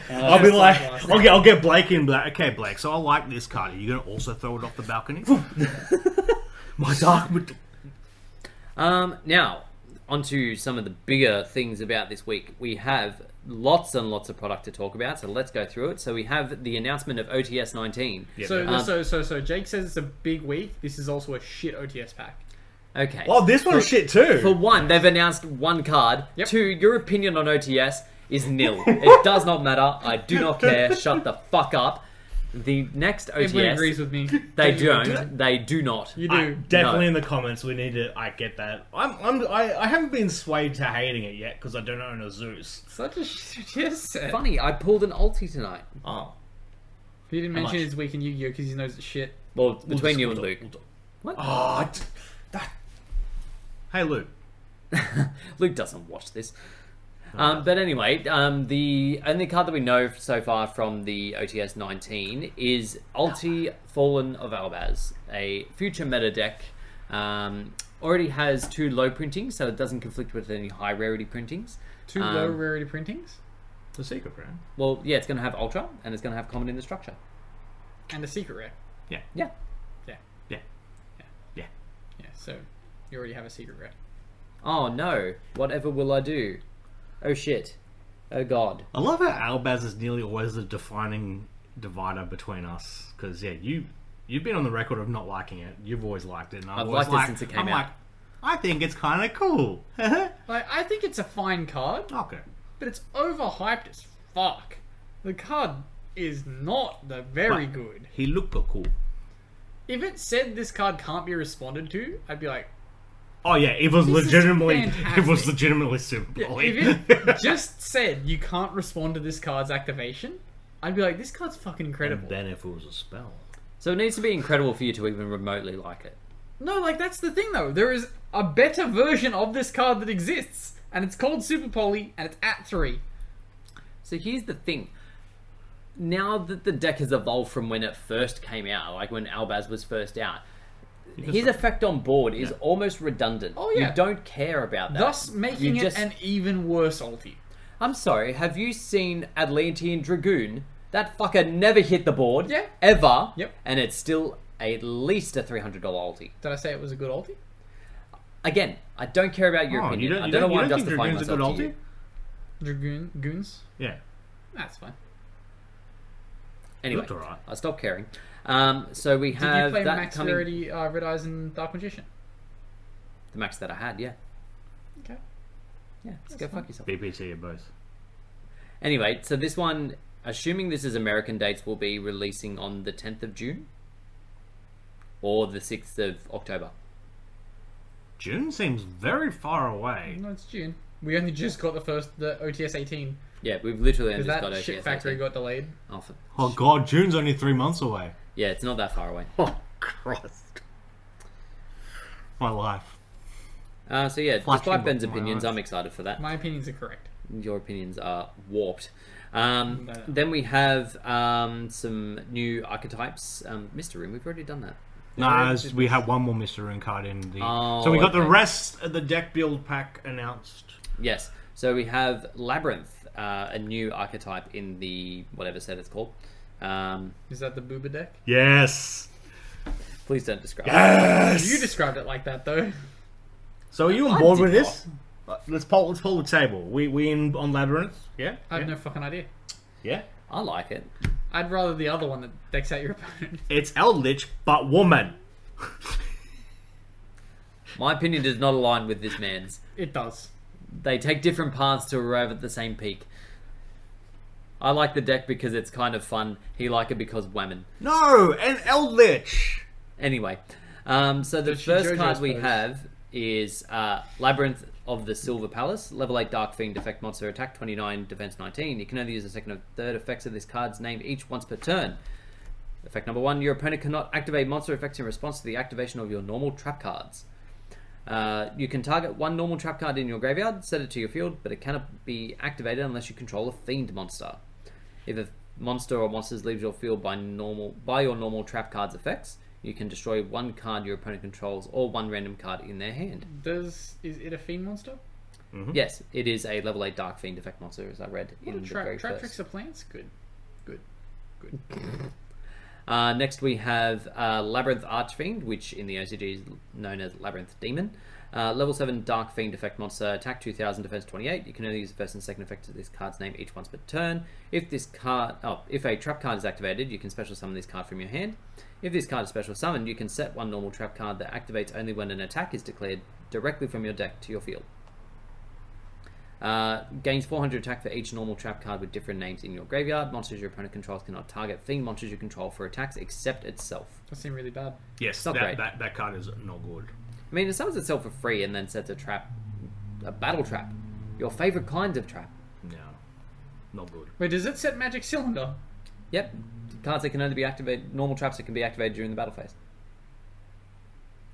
[SPEAKER 2] I'll be like,
[SPEAKER 4] last
[SPEAKER 2] I'll get, I'll get Blake in. Black. Okay, Blake. So I like this card. Are you gonna also throw it off the balcony? My dark. mid-
[SPEAKER 1] Um, now, onto some of the bigger things about this week. We have lots and lots of product to talk about, so let's go through it. So we have the announcement of OTS 19.
[SPEAKER 4] So, so, so, so, Jake says it's a big week. This is also a shit OTS pack.
[SPEAKER 1] Okay.
[SPEAKER 2] Oh, this one's shit too.
[SPEAKER 1] For one, they've announced one card.
[SPEAKER 4] Yep.
[SPEAKER 1] Two, your opinion on OTS is nil. it does not matter. I do not care. Shut the fuck up. The next OTS,
[SPEAKER 4] Everyone agrees with me.
[SPEAKER 1] they
[SPEAKER 4] Don't you?
[SPEAKER 1] don't. They do not.
[SPEAKER 4] You
[SPEAKER 2] I-
[SPEAKER 4] do.
[SPEAKER 2] definitely
[SPEAKER 1] No.
[SPEAKER 2] in the comments. We need to. I get that. I'm. I'm I, I haven't been swayed to hating it yet because I don't own a Zeus.
[SPEAKER 4] Such a shit OTS set.
[SPEAKER 1] Funny, I pulled an ulti tonight.
[SPEAKER 2] Oh,
[SPEAKER 4] He didn't mention
[SPEAKER 2] much?
[SPEAKER 4] his week in Yu-Gi-Oh because he knows it's shit.
[SPEAKER 1] Well, between you and
[SPEAKER 2] we'll
[SPEAKER 1] Luke.
[SPEAKER 2] do- we'll do-
[SPEAKER 1] What?
[SPEAKER 2] Oh, I d- that. Hey, Luke.
[SPEAKER 1] Luke doesn't watch this. Um, but anyway, um, the only card that we know so far from the OTS 19 is Ulti Fallen of Albaz, a future meta deck. Um, already has two low printings, so it doesn't conflict with any high rarity printings.
[SPEAKER 4] Two
[SPEAKER 1] Um,
[SPEAKER 4] low rarity printings
[SPEAKER 2] The secret brand.
[SPEAKER 1] Well, yeah, it's going to have Ultra, and it's going to have Common in the structure.
[SPEAKER 4] and a secret rare.
[SPEAKER 2] Yeah.
[SPEAKER 1] Yeah.
[SPEAKER 4] Yeah,
[SPEAKER 2] Yeah. Yeah.
[SPEAKER 4] yeah. So you already have a secret rare.
[SPEAKER 1] Oh no, whatever will I do? Oh shit. Oh god.
[SPEAKER 2] I love how Albaz is nearly always the defining divider between us. Because yeah, you you've been on the record of not liking it. You've always liked it. And I've,
[SPEAKER 1] I've
[SPEAKER 2] always
[SPEAKER 1] liked it since it came
[SPEAKER 2] I'm
[SPEAKER 1] out.
[SPEAKER 2] Like, I think it's kind of cool. okay.
[SPEAKER 4] Like I think it's a fine card, but it's overhyped as fuck. The card is not the very
[SPEAKER 2] Right.
[SPEAKER 4] good.
[SPEAKER 2] He looked cool.
[SPEAKER 4] If it said this card can't be responded to, I'd be like,
[SPEAKER 2] Oh yeah, it was
[SPEAKER 4] This is
[SPEAKER 2] legitimately it was
[SPEAKER 4] fantastic.
[SPEAKER 2] legitimately Super Bowl.
[SPEAKER 4] if it just said you can't respond to this card's activation, I'd be like, this card's fucking incredible.
[SPEAKER 2] then if it was a spell.
[SPEAKER 1] So it needs to be incredible for you to even remotely like it.
[SPEAKER 4] No, like that's the thing though. There is a better version of this card that exists, and it's called Super Poly, and it's at three.
[SPEAKER 1] So here's the thing. Now that the deck has evolved from when it first came out, like when Albaz was first out, his effect on board is almost redundant.
[SPEAKER 4] Oh, yeah.
[SPEAKER 1] You don't care about that.
[SPEAKER 4] Thus making
[SPEAKER 1] You
[SPEAKER 4] it an even worse ulti.
[SPEAKER 1] I'm sorry, have you seen Atlantean Dragoon? That fucker never hit the board.
[SPEAKER 4] Yeah.
[SPEAKER 1] Ever.
[SPEAKER 4] Yep.
[SPEAKER 1] And it's still at least a $300 ulti.
[SPEAKER 4] Did I say it was a good ulti?
[SPEAKER 1] Again, I don't care about your
[SPEAKER 2] Oh,
[SPEAKER 1] opinion.
[SPEAKER 2] you don't,
[SPEAKER 1] I
[SPEAKER 2] you
[SPEAKER 1] don't know
[SPEAKER 2] don't,
[SPEAKER 1] why
[SPEAKER 2] you
[SPEAKER 1] I'm
[SPEAKER 2] don't think
[SPEAKER 1] justifying
[SPEAKER 2] Dragoon's a
[SPEAKER 1] myself
[SPEAKER 2] good
[SPEAKER 1] to
[SPEAKER 2] ulti?
[SPEAKER 1] you.
[SPEAKER 4] Dragoon goons?
[SPEAKER 2] Yeah.
[SPEAKER 4] That's fine.
[SPEAKER 1] Anyway,
[SPEAKER 2] Looked alright.
[SPEAKER 1] I stopped caring. Um, so we
[SPEAKER 4] Did you
[SPEAKER 1] have
[SPEAKER 4] play
[SPEAKER 1] that
[SPEAKER 4] Max
[SPEAKER 1] coming.
[SPEAKER 4] Verity, uh, Red Eyes, and Dark Magician?
[SPEAKER 1] The max that I had, yeah.
[SPEAKER 4] Okay.
[SPEAKER 1] Yeah, just go fuck yourself.
[SPEAKER 2] BBC are both.
[SPEAKER 1] Anyway, so this one, assuming this is American dates, will be releasing on the 10th of June or the 6th of October.
[SPEAKER 2] June seems very far away.
[SPEAKER 4] No, it's June. We only just got the first, the OTS 18.
[SPEAKER 1] Yeah, we've literally only
[SPEAKER 4] Because
[SPEAKER 1] just got
[SPEAKER 4] that shit
[SPEAKER 1] OTS
[SPEAKER 4] factory
[SPEAKER 1] 18.
[SPEAKER 4] got delayed.
[SPEAKER 1] Oh, for-
[SPEAKER 2] Oh god, June's only three months away.
[SPEAKER 1] Yeah, it's not that far away.
[SPEAKER 2] Oh Christ. My life.
[SPEAKER 1] Uh, so yeah,
[SPEAKER 2] Flashing
[SPEAKER 1] despite Ben's
[SPEAKER 2] book, my
[SPEAKER 1] opinions,
[SPEAKER 2] eyes.
[SPEAKER 1] I'm excited for that.
[SPEAKER 4] My opinions are correct.
[SPEAKER 1] Your opinions are warped. Um,
[SPEAKER 4] No.
[SPEAKER 1] then we have um, some new archetypes. Um, Mr. Room, we've already done that.
[SPEAKER 2] Nah, as we had one more Mr. Rune card in the.
[SPEAKER 1] Oh,
[SPEAKER 2] so we got the
[SPEAKER 1] okay.
[SPEAKER 2] rest of the deck build pack announced.
[SPEAKER 1] Yes. So we have Labyrinth, uh, a new archetype in the whatever set it's called. Um,
[SPEAKER 4] Is that the booba deck?
[SPEAKER 2] Yes.
[SPEAKER 1] please don't describe
[SPEAKER 4] You described it like that, though.
[SPEAKER 2] So are you on board with this? Let's poll. Let's poll the table. We we in on labyrinth. Yeah.
[SPEAKER 4] I
[SPEAKER 2] yeah.
[SPEAKER 4] have no fucking idea.
[SPEAKER 2] yeah.
[SPEAKER 1] it. I like it.
[SPEAKER 4] I'd rather the other one that decks out your opponent.
[SPEAKER 2] It's Eldritch, but woman.
[SPEAKER 1] My opinion does not align with this man's.
[SPEAKER 4] It does.
[SPEAKER 1] They take different paths to arrive at the same peak. I like the deck because it's kind of fun. He like it because women.
[SPEAKER 2] No, an Eldritch.
[SPEAKER 1] Anyway, um, so the
[SPEAKER 4] Does she
[SPEAKER 1] first
[SPEAKER 4] JoJo's
[SPEAKER 1] card we
[SPEAKER 4] pose?
[SPEAKER 1] have is uh, Labyrinth of the Silver Palace. Level 8 Dark Fiend, Effect Monster Attack 29, Defense 19. You can only use the second or third effects of this card's name each once per turn. Effect number one, your opponent cannot activate monster effects in response to the activation of your normal trap cards. Uh, you can target one normal trap card in your graveyard, set it to your field, but it cannot be activated unless you control a fiend monster. If a monster or monsters leaves your field by normal by your normal trap card's effects, you can destroy one card your opponent controls or one random card in their hand.
[SPEAKER 4] Does is it a fiend monster?
[SPEAKER 1] Yes, it is a level eight dark fiend effect monster, as I read
[SPEAKER 4] Mm-hmm. What
[SPEAKER 1] in
[SPEAKER 4] a
[SPEAKER 1] the
[SPEAKER 4] trap.
[SPEAKER 1] very
[SPEAKER 4] Trap
[SPEAKER 1] first.
[SPEAKER 4] tricks of plants. Good. Good. Good.
[SPEAKER 1] Uh, next, we have uh, Labyrinth Archfiend, which in the OCG is known as Labyrinth Demon. Uh, level 7 Dark Fiend Effect Monster, attack 2000, defense 28. You can only use the first and second effect of this card's name each once per turn. If this card, oh, if a trap card is activated, you can special summon this card from your hand. If this card is special summoned, you can set one normal trap card that activates only when an attack is declared directly from your deck to your field. Uh, gains 400 attack for each normal trap card with different names in your graveyard. Monsters your opponent controls cannot target fiend monsters you control for attacks except itself.
[SPEAKER 4] That seemed really bad.
[SPEAKER 2] Yes,
[SPEAKER 1] Not
[SPEAKER 2] that,
[SPEAKER 1] great.
[SPEAKER 2] that that card is not good.
[SPEAKER 1] I mean, it summons itself for free and then sets a trap, a battle trap, your favorite kind of trap.
[SPEAKER 2] No, not good.
[SPEAKER 4] Wait, does it set magic cylinder?
[SPEAKER 1] Yep, cards that can only be activated, normal traps that can be activated during the battle phase.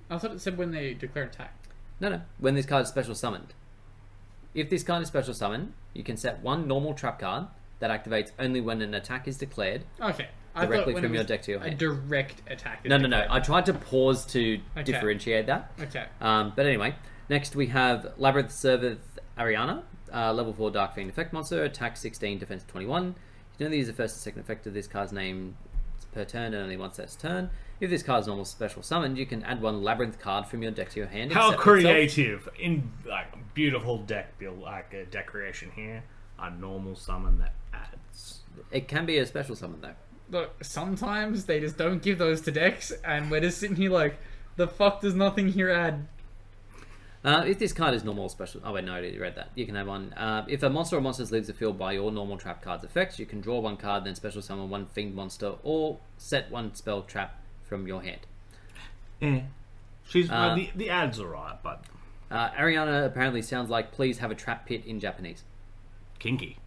[SPEAKER 4] I thought it said when they declare attack.
[SPEAKER 1] No, no, when this card is special summoned. If this card is special summoned, you can set one normal trap card that activates only when an attack is declared.
[SPEAKER 4] Okay. I
[SPEAKER 1] Directly
[SPEAKER 4] thought when
[SPEAKER 1] from
[SPEAKER 4] it
[SPEAKER 1] your
[SPEAKER 4] was
[SPEAKER 1] deck to your
[SPEAKER 4] a
[SPEAKER 1] hand.
[SPEAKER 4] direct attack.
[SPEAKER 1] No, no, no. I tried to pause to
[SPEAKER 4] Okay.
[SPEAKER 1] differentiate that.
[SPEAKER 4] Okay.
[SPEAKER 1] Um, but anyway, next we have Labyrinth Serveth Ariana, uh, level 4 Dark Fiend Effect Monster, attack 16, defense 21. You can only use the first and second effect of this card's name per turn and only once that's turn. If this card's normal special summoned, you can add one Labyrinth card from your deck to your hand.
[SPEAKER 2] How
[SPEAKER 1] except itself.
[SPEAKER 2] creative in like beautiful deck build, like a deck creation here. A normal summon that adds.
[SPEAKER 1] It can be a special summon, though.
[SPEAKER 4] Look, sometimes they just don't give those to decks, and we're just sitting here like, the fuck does nothing here add?
[SPEAKER 1] Uh, if this card is normal or special, oh wait, no, I already read that. You can have one. Uh, if a monster or monsters leaves the field by your normal trap card's effects, you can draw one card, then special summon one fiend monster, or set one spell trap from your hand.
[SPEAKER 2] Eh. She's well, the the ads are right, but
[SPEAKER 1] Uh, Ariana apparently sounds like please have a trap pit in Japanese.
[SPEAKER 2] kinky.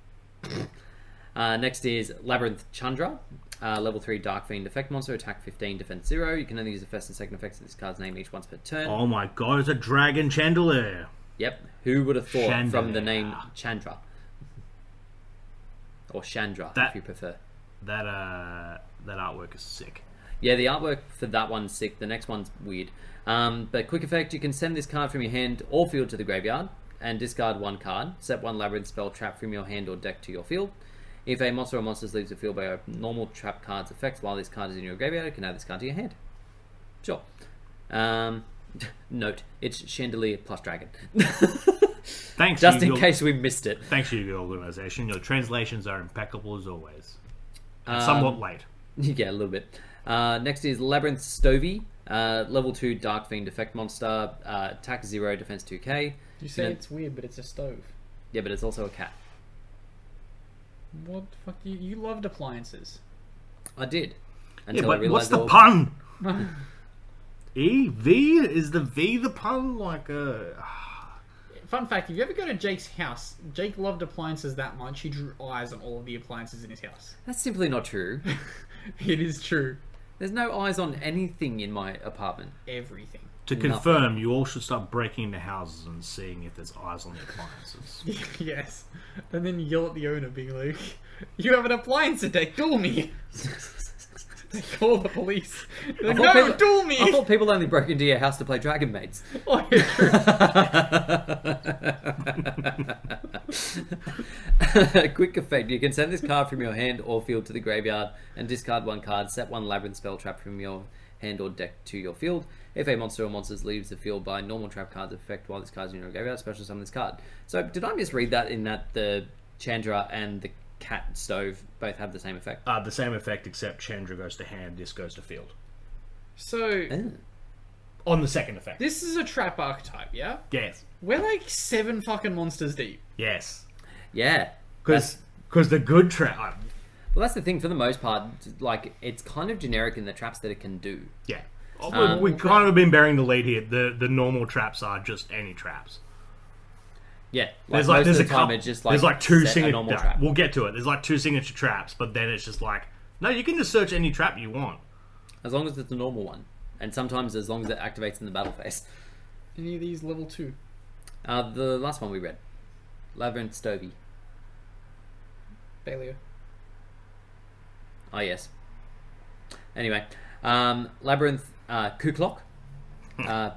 [SPEAKER 1] Uh, next is Labyrinth Chandra, uh, level 3 Dark Fiend Effect Monster, attack 15, defense 0. You can only use the first and second effects of this card's name each once per turn.
[SPEAKER 2] Oh my god, it's a dragon chandelier.
[SPEAKER 1] Yep, who would have thought from the
[SPEAKER 2] Chandelier.
[SPEAKER 1] name Chandra? Or Chandra, if
[SPEAKER 2] That-
[SPEAKER 1] you prefer.
[SPEAKER 2] That uh, that artwork is sick.
[SPEAKER 1] Yeah, the artwork for that one's sick. The next one's weird. Um, but quick effect, you can send this card from your hand or field to the graveyard and discard one card. Set one labyrinth spell trap from your hand or deck to your field. If a monster or monsters leaves the field by a normal trap card's effects while this card is in your graveyard, you can add this card to your hand. Sure. Um, note, it's Chandelier plus Dragon.
[SPEAKER 2] Thanks,
[SPEAKER 1] Just
[SPEAKER 2] you,
[SPEAKER 1] in
[SPEAKER 2] your-
[SPEAKER 1] case we missed it. Um,
[SPEAKER 2] Thanks to your organisation, your translations are impeccable as always. And somewhat late.
[SPEAKER 1] yeah, a little bit. Uh, next is Labyrinth Stovey, uh, level 2 Dark Fiend Effect Monster, uh, attack 0, defense 2k.
[SPEAKER 4] You say
[SPEAKER 1] Yeah.
[SPEAKER 4] it's weird, but it's a stove.
[SPEAKER 1] Yeah, but it's also a cat.
[SPEAKER 4] What the fuck? You, you loved appliances.
[SPEAKER 1] I did.
[SPEAKER 2] Yeah,
[SPEAKER 1] Until I
[SPEAKER 2] but
[SPEAKER 1] realized
[SPEAKER 2] what's the
[SPEAKER 1] all-
[SPEAKER 2] pun? E V is the V the pun like uh
[SPEAKER 4] Fun fact: If you ever go to Jake's house, Jake loved appliances that much he drew eyes on all of the appliances in his house.
[SPEAKER 1] That's simply not true.
[SPEAKER 4] It is true.
[SPEAKER 1] There's no eyes on anything in my apartment.
[SPEAKER 4] Everything.
[SPEAKER 2] to confirm, you all should start breaking into houses and seeing if there's eyes on the appliances.
[SPEAKER 4] yes, and then yell at the owner, being like, "You have an appliance attack. Duel me." they call the police. They're like,
[SPEAKER 1] I thought
[SPEAKER 4] no,
[SPEAKER 1] people-
[SPEAKER 4] duel me.
[SPEAKER 1] I thought people only broke into your house to play Dragon Maids.
[SPEAKER 4] Oh, yeah, true.
[SPEAKER 1] Quick effect. You can send this card from your hand or field to the graveyard and discard one card, set one labyrinth spell trap from your hand or deck to your field. If a monster or monsters leaves the field by normal trap card's effect while this card's in your graveyard, special summon this card. So did I misread that in that the Chandra and the cat stove both have the same effect?
[SPEAKER 2] uh, the same effect except Chandra goes to hand, this goes to field.
[SPEAKER 4] so
[SPEAKER 2] Uh. On the second effect.
[SPEAKER 4] this is a trap archetype, yeah.
[SPEAKER 2] Yes.
[SPEAKER 4] We're like seven fucking monsters deep.
[SPEAKER 2] Yes.
[SPEAKER 1] yeah.
[SPEAKER 2] Because the good trap.
[SPEAKER 1] Well, that's the thing. For the most part, like it's kind of generic in the traps that it can do.
[SPEAKER 2] yeah. we, have kind of been bearing the lead here. The the normal traps are just any traps.
[SPEAKER 1] Yeah, like,
[SPEAKER 2] There's like
[SPEAKER 1] most
[SPEAKER 2] there's
[SPEAKER 1] of
[SPEAKER 2] a
[SPEAKER 1] the time
[SPEAKER 2] couple,
[SPEAKER 1] it's just like
[SPEAKER 2] there's like two
[SPEAKER 1] set a
[SPEAKER 2] signature.
[SPEAKER 1] normal trap.
[SPEAKER 2] We'll get to it. There's like two signature traps, but then it's just like no, you can just search any trap you want.
[SPEAKER 1] as long as it's a normal one, and sometimes as long as it activates in the battle phase.
[SPEAKER 4] Any of these level two?
[SPEAKER 1] Uh, the last one we read, Labyrinth Stovey.
[SPEAKER 4] Baleo.
[SPEAKER 1] Ah, yes. Anyway, um, Labyrinth uh, Kuklock, uh,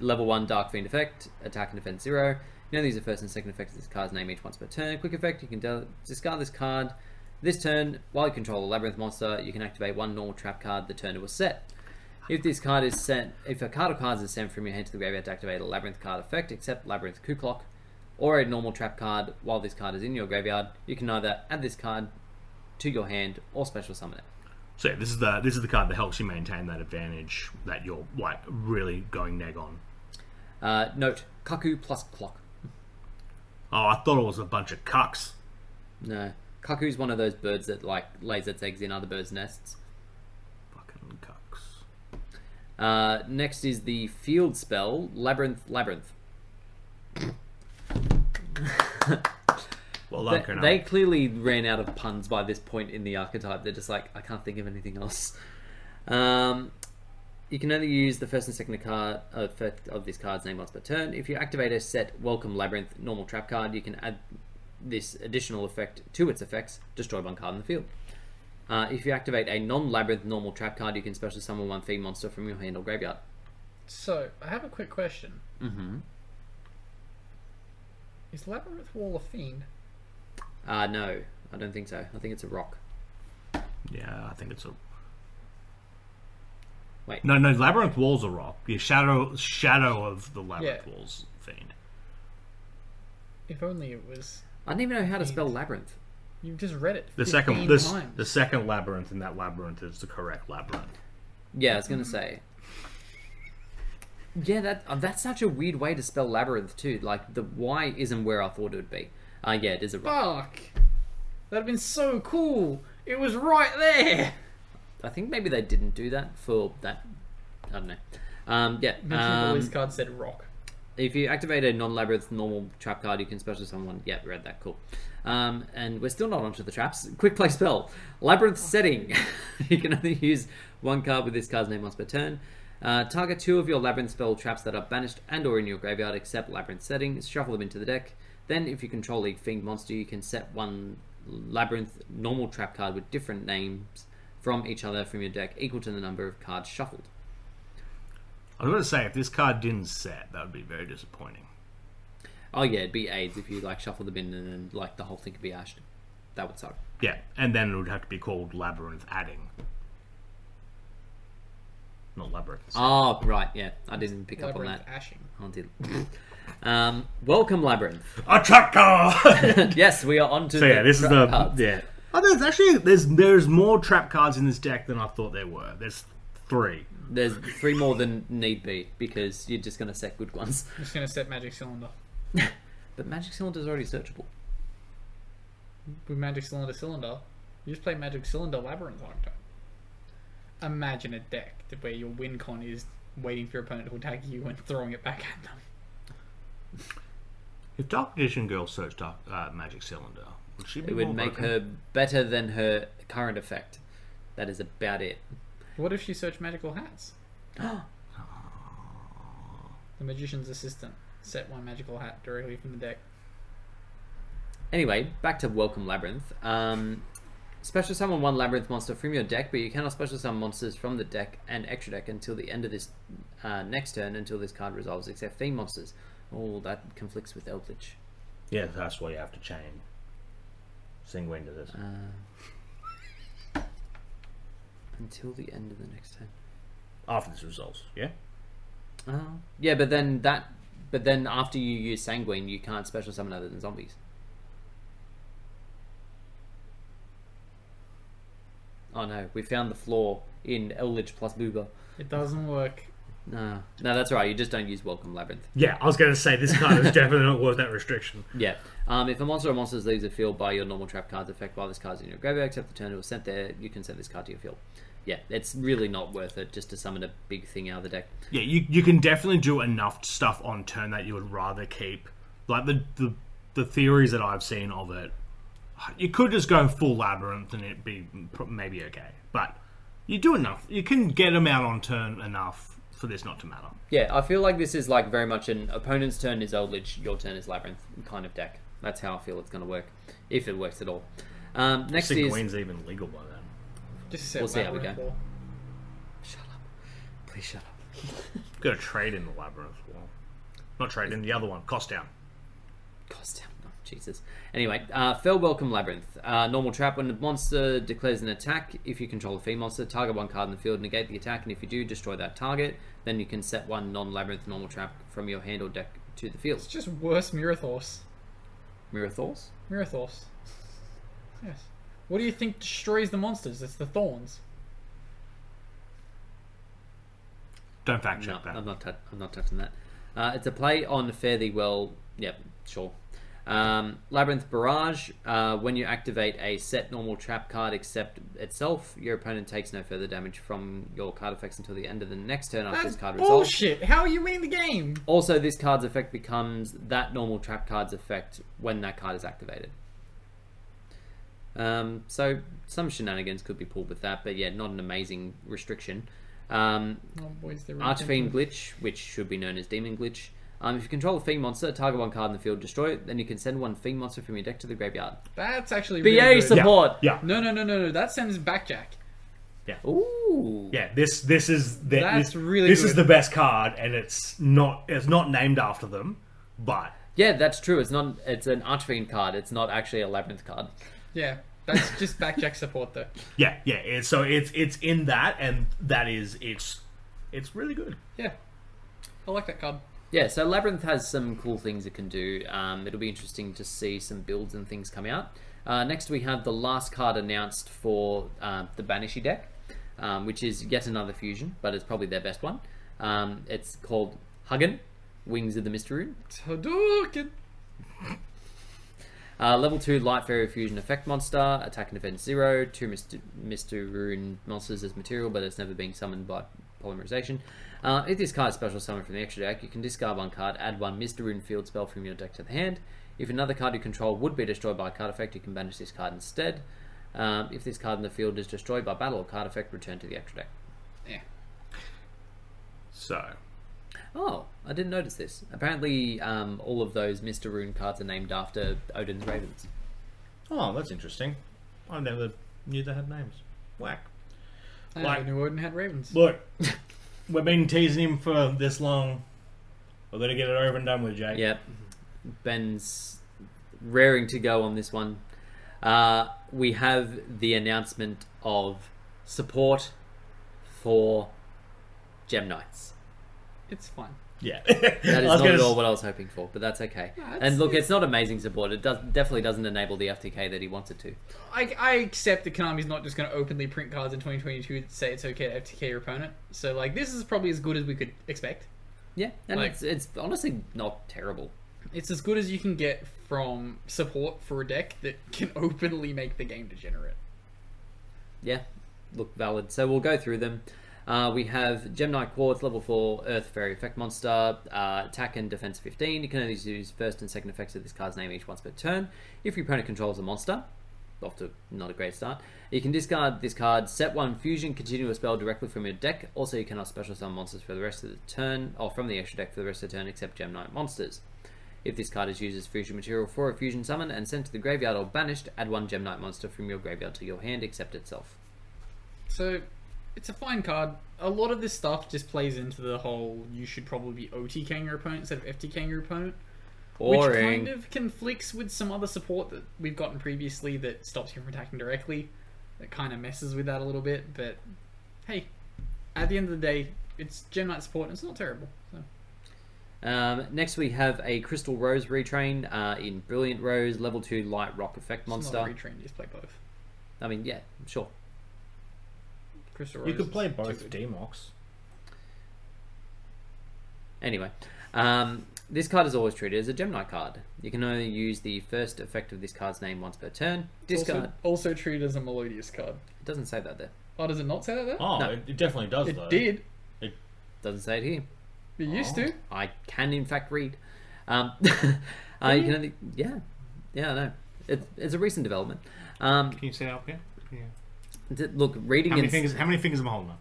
[SPEAKER 1] level 1 Dark Fiend effect, attack and defense 0. You know these are first and second effects of this card's name each once per turn. Quick effect, you can del- discard this card. This turn, while you control a Labyrinth monster, you can activate one normal trap card the turn it was set. If this card is sent, if a card or cards is sent from your hand to the graveyard to activate a Labyrinth card effect, except Labyrinth Kuklock, or a normal trap card while this card is in your graveyard, you can either add this card to your hand or special summon it.
[SPEAKER 2] So yeah, this is the this is the card that helps you maintain that advantage that you're like really going neg on.
[SPEAKER 1] Uh, note, Kaku plus clock.
[SPEAKER 2] Oh, I thought it was a bunch of cucks.
[SPEAKER 1] No. Kaku's one of those birds that like lays its eggs in other birds' nests.
[SPEAKER 2] Fucking cucks.
[SPEAKER 1] Uh, next is the field spell, Labyrinth Labyrinth.
[SPEAKER 2] Well, done,
[SPEAKER 1] They,
[SPEAKER 2] Colonel.
[SPEAKER 1] they clearly ran out of puns by this point in the archetype. They're just like, I can't think of anything else. Um, you can only use the first and second card effect of this card's name once per turn. If you activate a set Welcome Labyrinth normal trap card, you can add this additional effect to its effects, destroy one card in the field. Uh, if you activate a non-labyrinth normal trap card, you can special summon one fiend monster from your hand or graveyard.
[SPEAKER 4] So I have a quick question. Mm-hmm. Is Labyrinth Wall a fiend?
[SPEAKER 1] Uh, no, I don't think so. I think it's a rock.
[SPEAKER 2] Yeah, I think it's a.
[SPEAKER 1] Wait.
[SPEAKER 2] No, no, labyrinth walls are rock. Yeah, shadow, shadow of the labyrinth
[SPEAKER 4] Yeah.
[SPEAKER 2] walls fiend.
[SPEAKER 4] If only it was.
[SPEAKER 1] I don't even know how to spell labyrinth.
[SPEAKER 4] You just read it. 15
[SPEAKER 2] The second, this,
[SPEAKER 4] times.
[SPEAKER 2] the second labyrinth in that labyrinth is the correct labyrinth.
[SPEAKER 1] Yeah, I was gonna say. Yeah, that uh, that's such a weird way to spell labyrinth too. Like the Y isn't where I thought it would be. Uh, yeah, it is a rock.
[SPEAKER 4] Fuck. That'd have been so cool. It was right there.
[SPEAKER 1] I think maybe they didn't do that for that. I don't know. Um, yeah.
[SPEAKER 4] Imagine if all
[SPEAKER 1] um,
[SPEAKER 4] these cards said rock.
[SPEAKER 1] if you activate a non-labyrinth normal trap card, you can special someone. Yeah, read that. Cool. Um, and we're still not onto the traps. Quick play spell. Labyrinth setting. you can only use one card with this card's name once per turn. Uh, target two of your labyrinth spell traps that are banished and or in your graveyard except labyrinth setting. Shuffle them into the deck. Then if you control a fiend monster, you can set one labyrinth normal trap card with different names from each other from your deck equal to the number of cards shuffled.
[SPEAKER 2] I was going to say, if this card didn't set, that would be very disappointing.
[SPEAKER 1] Oh yeah, it'd be AIDS if you like shuffle them in and then like the whole thing could be ashed. That would suck.
[SPEAKER 2] Yeah, and then it would have to be called labyrinth adding, not labyrinth. Ah.
[SPEAKER 1] Oh right, yeah, I didn't pick up on
[SPEAKER 4] Labyrinth
[SPEAKER 1] that.
[SPEAKER 4] ashing.
[SPEAKER 1] I did. um, welcome labyrinth.
[SPEAKER 2] A trap card.
[SPEAKER 1] yes, we are on to
[SPEAKER 2] so yeah, this is the
[SPEAKER 1] cards.
[SPEAKER 2] yeah. Oh, there's actually there's there's more trap cards in this deck than I thought there were. There's three.
[SPEAKER 1] There's three more than need be because you're just going to set good ones.
[SPEAKER 4] I'm just gonna set magic cylinder.
[SPEAKER 1] But Magic Cylinder's already searchable.
[SPEAKER 4] With magic cylinder cylinder, you just play magic cylinder labyrinth archetype. Imagine a deck that- where your win con is waiting for your opponent to attack you and throwing it back at them.
[SPEAKER 2] If Dark Edition Girl searched up uh, Magic Cylinder, would she be
[SPEAKER 1] It would
[SPEAKER 2] more
[SPEAKER 1] make
[SPEAKER 2] broken?
[SPEAKER 1] her better than her current effect. That is about it.
[SPEAKER 4] What if you search magical hats? the magician's assistant. Set one magical hat directly from the deck.
[SPEAKER 1] Anyway, back to Welcome Labyrinth. Um, special summon one Labyrinth monster from your deck, but you cannot special summon monsters from the deck and extra deck until the end of this uh, next turn until this card resolves, except Fiend monsters. Oh, that conflicts with Eldritch.
[SPEAKER 2] Yeah, that's why you have to chain. Sing into this.
[SPEAKER 1] Uh. Until the end of the next turn.
[SPEAKER 2] After this resolves, yeah.
[SPEAKER 1] Oh. Yeah, but then that. But then after you use Sanguine, you can't special summon other than zombies. Oh no, we found the flaw in Eldritch plus Booba.
[SPEAKER 4] It doesn't work.
[SPEAKER 1] No, no, that's all right. You just don't use Welcome Labyrinth.
[SPEAKER 2] Yeah, I was going to say this card is definitely not worth that restriction.
[SPEAKER 1] Yeah. Um, if a monster or monsters leaves the field by your normal trap card's effect while this card's in your graveyard, except the turn it was sent there, you can send this card to your field. Yeah, it's really not worth it just to summon a big thing out of the deck.
[SPEAKER 2] Yeah, you, you can definitely do enough stuff on turn that you would rather keep. Like the the, the theories that I've seen of it, you could just go full labyrinth and it'd be pro- maybe okay. But you do enough. You can get them out on turn enough for this not to matter.
[SPEAKER 1] Yeah, I feel like this is like very much an opponent's turn is Eldritch, your turn is Labyrinth kind of deck. That's how I feel it's going to work, if it works at all. Um, next
[SPEAKER 2] See,
[SPEAKER 1] is
[SPEAKER 2] Queen's even legal by then.
[SPEAKER 4] Just set
[SPEAKER 1] We'll see how we
[SPEAKER 4] labyrinth
[SPEAKER 1] go.
[SPEAKER 4] wall.
[SPEAKER 1] please shut up.
[SPEAKER 2] Got to trade in the labyrinth wall. Not trade in the other one. Cost down.
[SPEAKER 1] Cost down. Oh, Jesus. Anyway, uh, Fell Welcome Labyrinth. Uh, normal trap when a monster declares an attack. If you control a fiend monster, target one card in the field, negate the attack, and if you do, destroy that target. Then you can set one non labyrinth normal trap from your hand or deck to the field.
[SPEAKER 4] It's just worse Mirathors.
[SPEAKER 1] Mirror Thorns?
[SPEAKER 4] Mirathors. Yes. What do you think destroys the monsters? It's the thorns.
[SPEAKER 2] Don't fact
[SPEAKER 1] No,
[SPEAKER 2] check that.
[SPEAKER 1] I'm not, tou- I'm not touching that. Uh, it's a play on Fare Thee Well. Yep, sure. Um, Labyrinth Barrage. Uh, when you activate a set normal trap card except itself, your opponent takes no further damage from your card effects until the end of the next turn after
[SPEAKER 4] That's
[SPEAKER 1] this card resolves.
[SPEAKER 4] bullshit. How are you winning the game?
[SPEAKER 1] Also, this card's effect becomes that normal trap card's effect when that card is activated. Um, so some shenanigans could be pulled with that, but yeah, not an amazing restriction. Um,
[SPEAKER 4] Oh, boys, they're really
[SPEAKER 1] Archfiend Glitch, which should be known as Demon Glitch. Um, if you control a Fiend monster, target one card in the field, destroy it, then you can send one Fiend monster from your deck to the graveyard.
[SPEAKER 4] That's actually
[SPEAKER 1] BA
[SPEAKER 4] really good.
[SPEAKER 2] Yeah,
[SPEAKER 1] support!
[SPEAKER 2] Yeah,
[SPEAKER 4] No, no, no, no, no. That sends backjack.
[SPEAKER 1] Ooh!
[SPEAKER 2] yeah. This this is the,
[SPEAKER 4] That's
[SPEAKER 2] this,
[SPEAKER 4] really
[SPEAKER 2] this is
[SPEAKER 4] good.
[SPEAKER 2] the best card, and it's not it's not named after them, but
[SPEAKER 1] Yeah, that's true. It's not. It's an Archfiend card. It's not actually a Labyrinth card.
[SPEAKER 4] Yeah, that's just backjack support though.
[SPEAKER 2] yeah, yeah. It's, so it's it's in that, and that is it's it's really good.
[SPEAKER 4] Yeah, I like that card.
[SPEAKER 1] Yeah, so Labyrinth has some cool things it can do. Um, it'll be interesting to see some builds and things come out. Uh, next, we have the last card announced for uh, the Banishy deck, um, which is yet another fusion, but it's probably their best one. Um, it's called Huggen, Wings of the Mystery Rune.
[SPEAKER 4] Hadouken.
[SPEAKER 1] Uh, level 2 Light Fairy Fusion Effect Monster, Attack and Defense 0, 2 Mr. Mr. Rune monsters as material, but it's never being summoned by polymerization. Uh, if this card is special summon from the extra deck, you can discard one card, add one Mr. Rune field spell from your deck to the hand. If another card you control would be destroyed by a card effect, you can banish this card instead. Um, if this card in the field is destroyed by battle or card effect, return to the extra deck.
[SPEAKER 4] Yeah.
[SPEAKER 2] So
[SPEAKER 1] Oh, I didn't notice this. Apparently, um, all of those Mr. Rune cards are named after Odin's Ravens.
[SPEAKER 2] oh, that's interesting. I never knew they had names. Whack.
[SPEAKER 4] I
[SPEAKER 2] Like-
[SPEAKER 4] knew Odin had ravens.
[SPEAKER 2] Look, we've been teasing him for this long. We're gonna get it over and done with, Jake.
[SPEAKER 1] Yep. Ben's raring to go on this one. Uh, we have the announcement of support for Gem Knights.
[SPEAKER 4] It's fun.
[SPEAKER 2] Yeah.
[SPEAKER 1] That is not at all what I was hoping for, but that's okay. and look, it's not amazing support. It does, definitely doesn't enable the FTK that he wants it to.
[SPEAKER 4] I, I accept that Konami's not just going to openly print cards in 2022 that say it's okay to FTK your opponent. So, like, this is probably as good as we could expect.
[SPEAKER 1] Yeah, and
[SPEAKER 4] Like-
[SPEAKER 1] it's, it's honestly not terrible.
[SPEAKER 4] It's as good as you can get from support for a deck that can openly make the game degenerate.
[SPEAKER 1] Yeah, look valid. So we'll go through them. Uh, we have Gemini Quartz, level 4, Earth Fairy Effect Monster, uh, attack and defense 15. You can only use first and second effects of this card's name each once per turn. If your opponent controls a monster, off to not a great start, you can discard this card, set one fusion, continue a spell directly from your deck. Also, you cannot special summon monsters for the rest of the turn, or from the extra deck for the rest of the turn, except Gemini monsters. If this card is used as fusion material for a fusion summon and sent to the graveyard or banished, add one Gemnite monster from your graveyard to your hand except itself.
[SPEAKER 4] So, it's a fine card. A lot of this stuff just plays into the whole you should probably be OTKing your opponent instead of FTKing your opponent. Which kind of conflicts with some other support that we've gotten previously that stops you from attacking directly. That kind of messes with that a little bit, but hey, at the end of the day, it's Gemite support and it's not terrible. So.
[SPEAKER 1] Um, next, we have a Crystal Rose retrain uh, in Brilliant Rose, level 2 light rock effect
[SPEAKER 4] It's not a
[SPEAKER 1] monster.
[SPEAKER 4] retrain, you just play both.
[SPEAKER 1] I mean, yeah, sure.
[SPEAKER 4] Crystal
[SPEAKER 2] You
[SPEAKER 4] Rose
[SPEAKER 2] could
[SPEAKER 4] is
[SPEAKER 2] play
[SPEAKER 4] too
[SPEAKER 2] both
[SPEAKER 4] good.
[SPEAKER 2] Demox.
[SPEAKER 1] Anyway, um, this card is always treated as a Gemini card. You can only use the first effect of this card's name once per turn.
[SPEAKER 4] It's
[SPEAKER 1] Discard.
[SPEAKER 4] Also, also treated as a melodious card.
[SPEAKER 1] It doesn't say that there.
[SPEAKER 4] Oh, does it not say that there?
[SPEAKER 2] Oh,
[SPEAKER 1] No.
[SPEAKER 2] it, it definitely does,
[SPEAKER 4] it
[SPEAKER 2] though.
[SPEAKER 4] did.
[SPEAKER 1] Doesn't say it here.
[SPEAKER 4] It used to.
[SPEAKER 1] I can, in fact, read. Um, uh, you can only, yeah, yeah, I know. It's, it's a recent development. Um,
[SPEAKER 2] Can you say that up here? Yeah.
[SPEAKER 1] d- look, reading
[SPEAKER 2] How many,
[SPEAKER 1] and-
[SPEAKER 2] fingers, how many fingers am I holding up?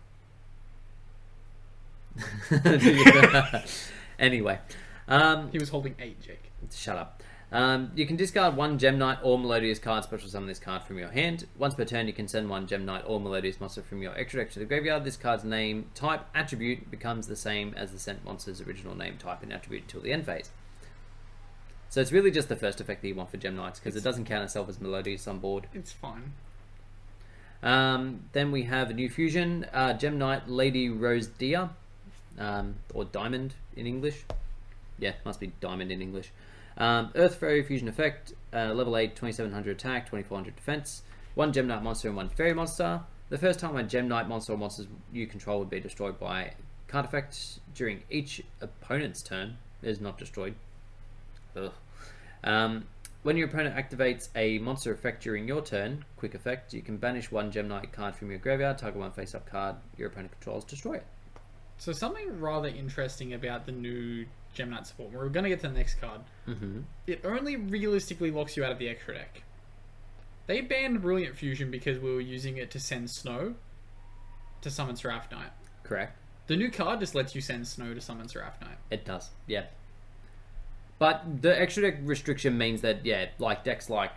[SPEAKER 1] anyway, um,
[SPEAKER 4] He was holding eight, Jake.
[SPEAKER 1] Shut up. Um, you can discard one Gem Knight or Melodious card, special summon this card from your hand. Once per turn, you can send one Gem Knight or Melodious monster from your extra deck to the graveyard. This card's name, type, attribute becomes the same as the sent monster's original name, type, and attribute until the end phase. So it's really just the first effect that you want for Gem Knights because it doesn't count itself as Melodious on board.
[SPEAKER 4] It's fine.
[SPEAKER 1] Um, then we have a new fusion, uh, Gem Knight Lady Rose Dia, um, or Diamond in English. Yeah, must be Diamond in English. Um, Earth Fairy Fusion Effect, uh, level 8, 2700 attack, 2400 defense. One Gem Knight monster and one Fairy monster. The first time a Gem Knight monster or monsters you control would be destroyed by card effect during each opponent's turn is not destroyed. Ugh. Um, when your opponent activates a monster effect during your turn, quick effect, you can banish one Gem Knight card from your graveyard, target one face up card your opponent controls, destroy it.
[SPEAKER 4] So something rather interesting about the new Gemini support. We're going to get to the next card. Mm-hmm. It only realistically locks you out of the extra deck. They banned Brilliant Fusion because we were using it to send snow to summon Seraph Knight.
[SPEAKER 1] Correct?
[SPEAKER 4] The new card just lets you send snow to summon Seraph Knight.
[SPEAKER 1] It does, yeah. But the extra deck restriction means that, yeah, like decks like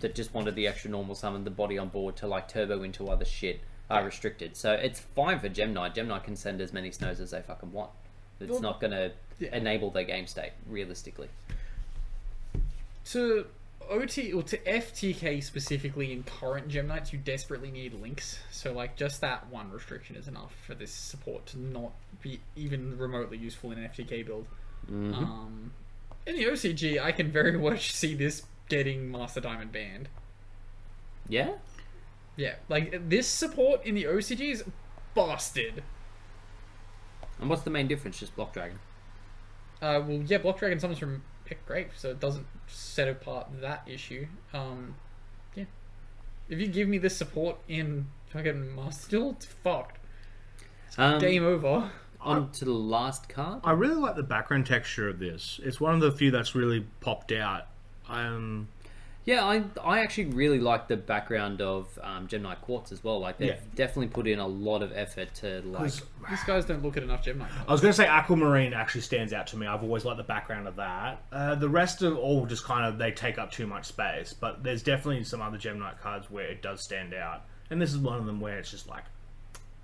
[SPEAKER 1] that just wanted the extra normal summon, the body on board to like turbo into other shit are restricted. So it's fine for Gem Knight. Gem Knight can send as many snows as they fucking want. It's not going to enable their game state, realistically.
[SPEAKER 4] to OT or to FTK specifically in current Gem Knights, you desperately need links. So like just that one restriction is enough for this support to not be even remotely useful in an FTK build. Um, in the OCG, I can very much see this getting Master Diamond banned.
[SPEAKER 1] Yeah?
[SPEAKER 4] Yeah, like this support in the OCG is busted.
[SPEAKER 1] And what's the main difference? Just Block Dragon.
[SPEAKER 4] Uh, well, yeah, Block Dragon summons from Pick Grape, so it doesn't set apart that issue. Um, yeah. If you give me this support in fucking Master Duel, it's fucked.
[SPEAKER 1] Um,
[SPEAKER 4] Game over.
[SPEAKER 1] On to the last card.
[SPEAKER 2] I really like the background texture of this. It's one of the few that's really popped out. Um,
[SPEAKER 1] Yeah, I I actually really like the background of um, Gemini Quartz as well. Like they've
[SPEAKER 2] Yeah.
[SPEAKER 1] definitely put in a lot of effort to like.
[SPEAKER 4] These guys don't look at enough Gem Knight
[SPEAKER 2] I was going to say Aquamarine actually stands out to me. I've always liked the background of that. Uh, the rest of all just kind of they take up too much space, but there's definitely some other Gem Knight cards where it does stand out, and this is one of them where it's just like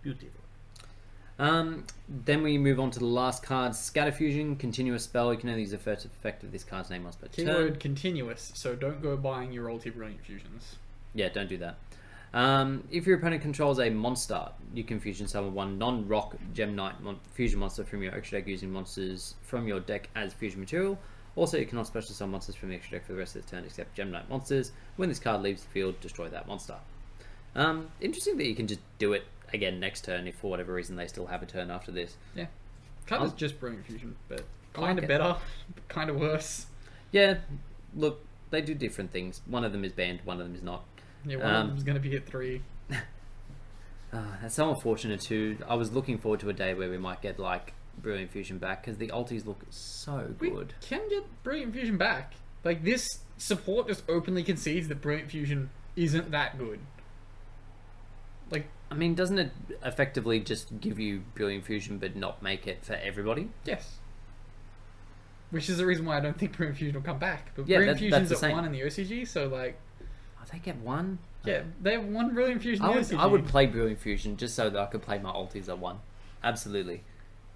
[SPEAKER 2] beautiful.
[SPEAKER 1] Um, then we move on to the last card, Scatter Fusion, continuous spell. You can only use the first effect of this card's name once per turn.
[SPEAKER 4] Keyword continuous, so don't go buying your ulti Brilliant Fusions.
[SPEAKER 1] Yeah, don't do that. Um, if your opponent controls a monster, you can fusion summon one non-rock gem knight mon- fusion monster from your extra deck using monsters from your deck as fusion material. Also, you cannot special summon monsters from the extra deck for the rest of the turn except gem knight monsters. When this card leaves the field, destroy that monster. Um, interesting that you can just do it again next turn if for whatever reason they still have a turn after this.
[SPEAKER 4] Yeah. Kind of
[SPEAKER 1] I'll-
[SPEAKER 4] just brilliant fusion, but
[SPEAKER 1] like
[SPEAKER 4] kind of
[SPEAKER 1] it.
[SPEAKER 4] better, kind of worse.
[SPEAKER 1] Yeah, look, they do different things. One of them is banned, one of them is not.
[SPEAKER 4] Yeah,
[SPEAKER 1] Um,
[SPEAKER 4] one of them's going to be at three.
[SPEAKER 1] That's so unfortunate too. I was looking forward to a day where we might get like Brilliant Fusion back because the altis look so
[SPEAKER 4] We
[SPEAKER 1] good.
[SPEAKER 4] can get brilliant fusion back. Like this support just openly concedes that brilliant fusion isn't that good. Like
[SPEAKER 1] I mean, doesn't it effectively just give you Brilliant Fusion but not make it for everybody?
[SPEAKER 4] yes. Which is the reason why I don't think Brilliant Fusion will come back. But
[SPEAKER 1] Yeah,
[SPEAKER 4] Brilliant
[SPEAKER 1] that- that's
[SPEAKER 4] Fusion's
[SPEAKER 1] the
[SPEAKER 4] at
[SPEAKER 1] same.
[SPEAKER 4] one in the OCG, so like,
[SPEAKER 1] Oh, they get one.
[SPEAKER 4] yeah, they have one Brilliant Fusion.
[SPEAKER 1] I
[SPEAKER 4] in the
[SPEAKER 1] would,
[SPEAKER 4] OCG.
[SPEAKER 1] I would play Brilliant Fusion just so that I could play my altis at one. Absolutely.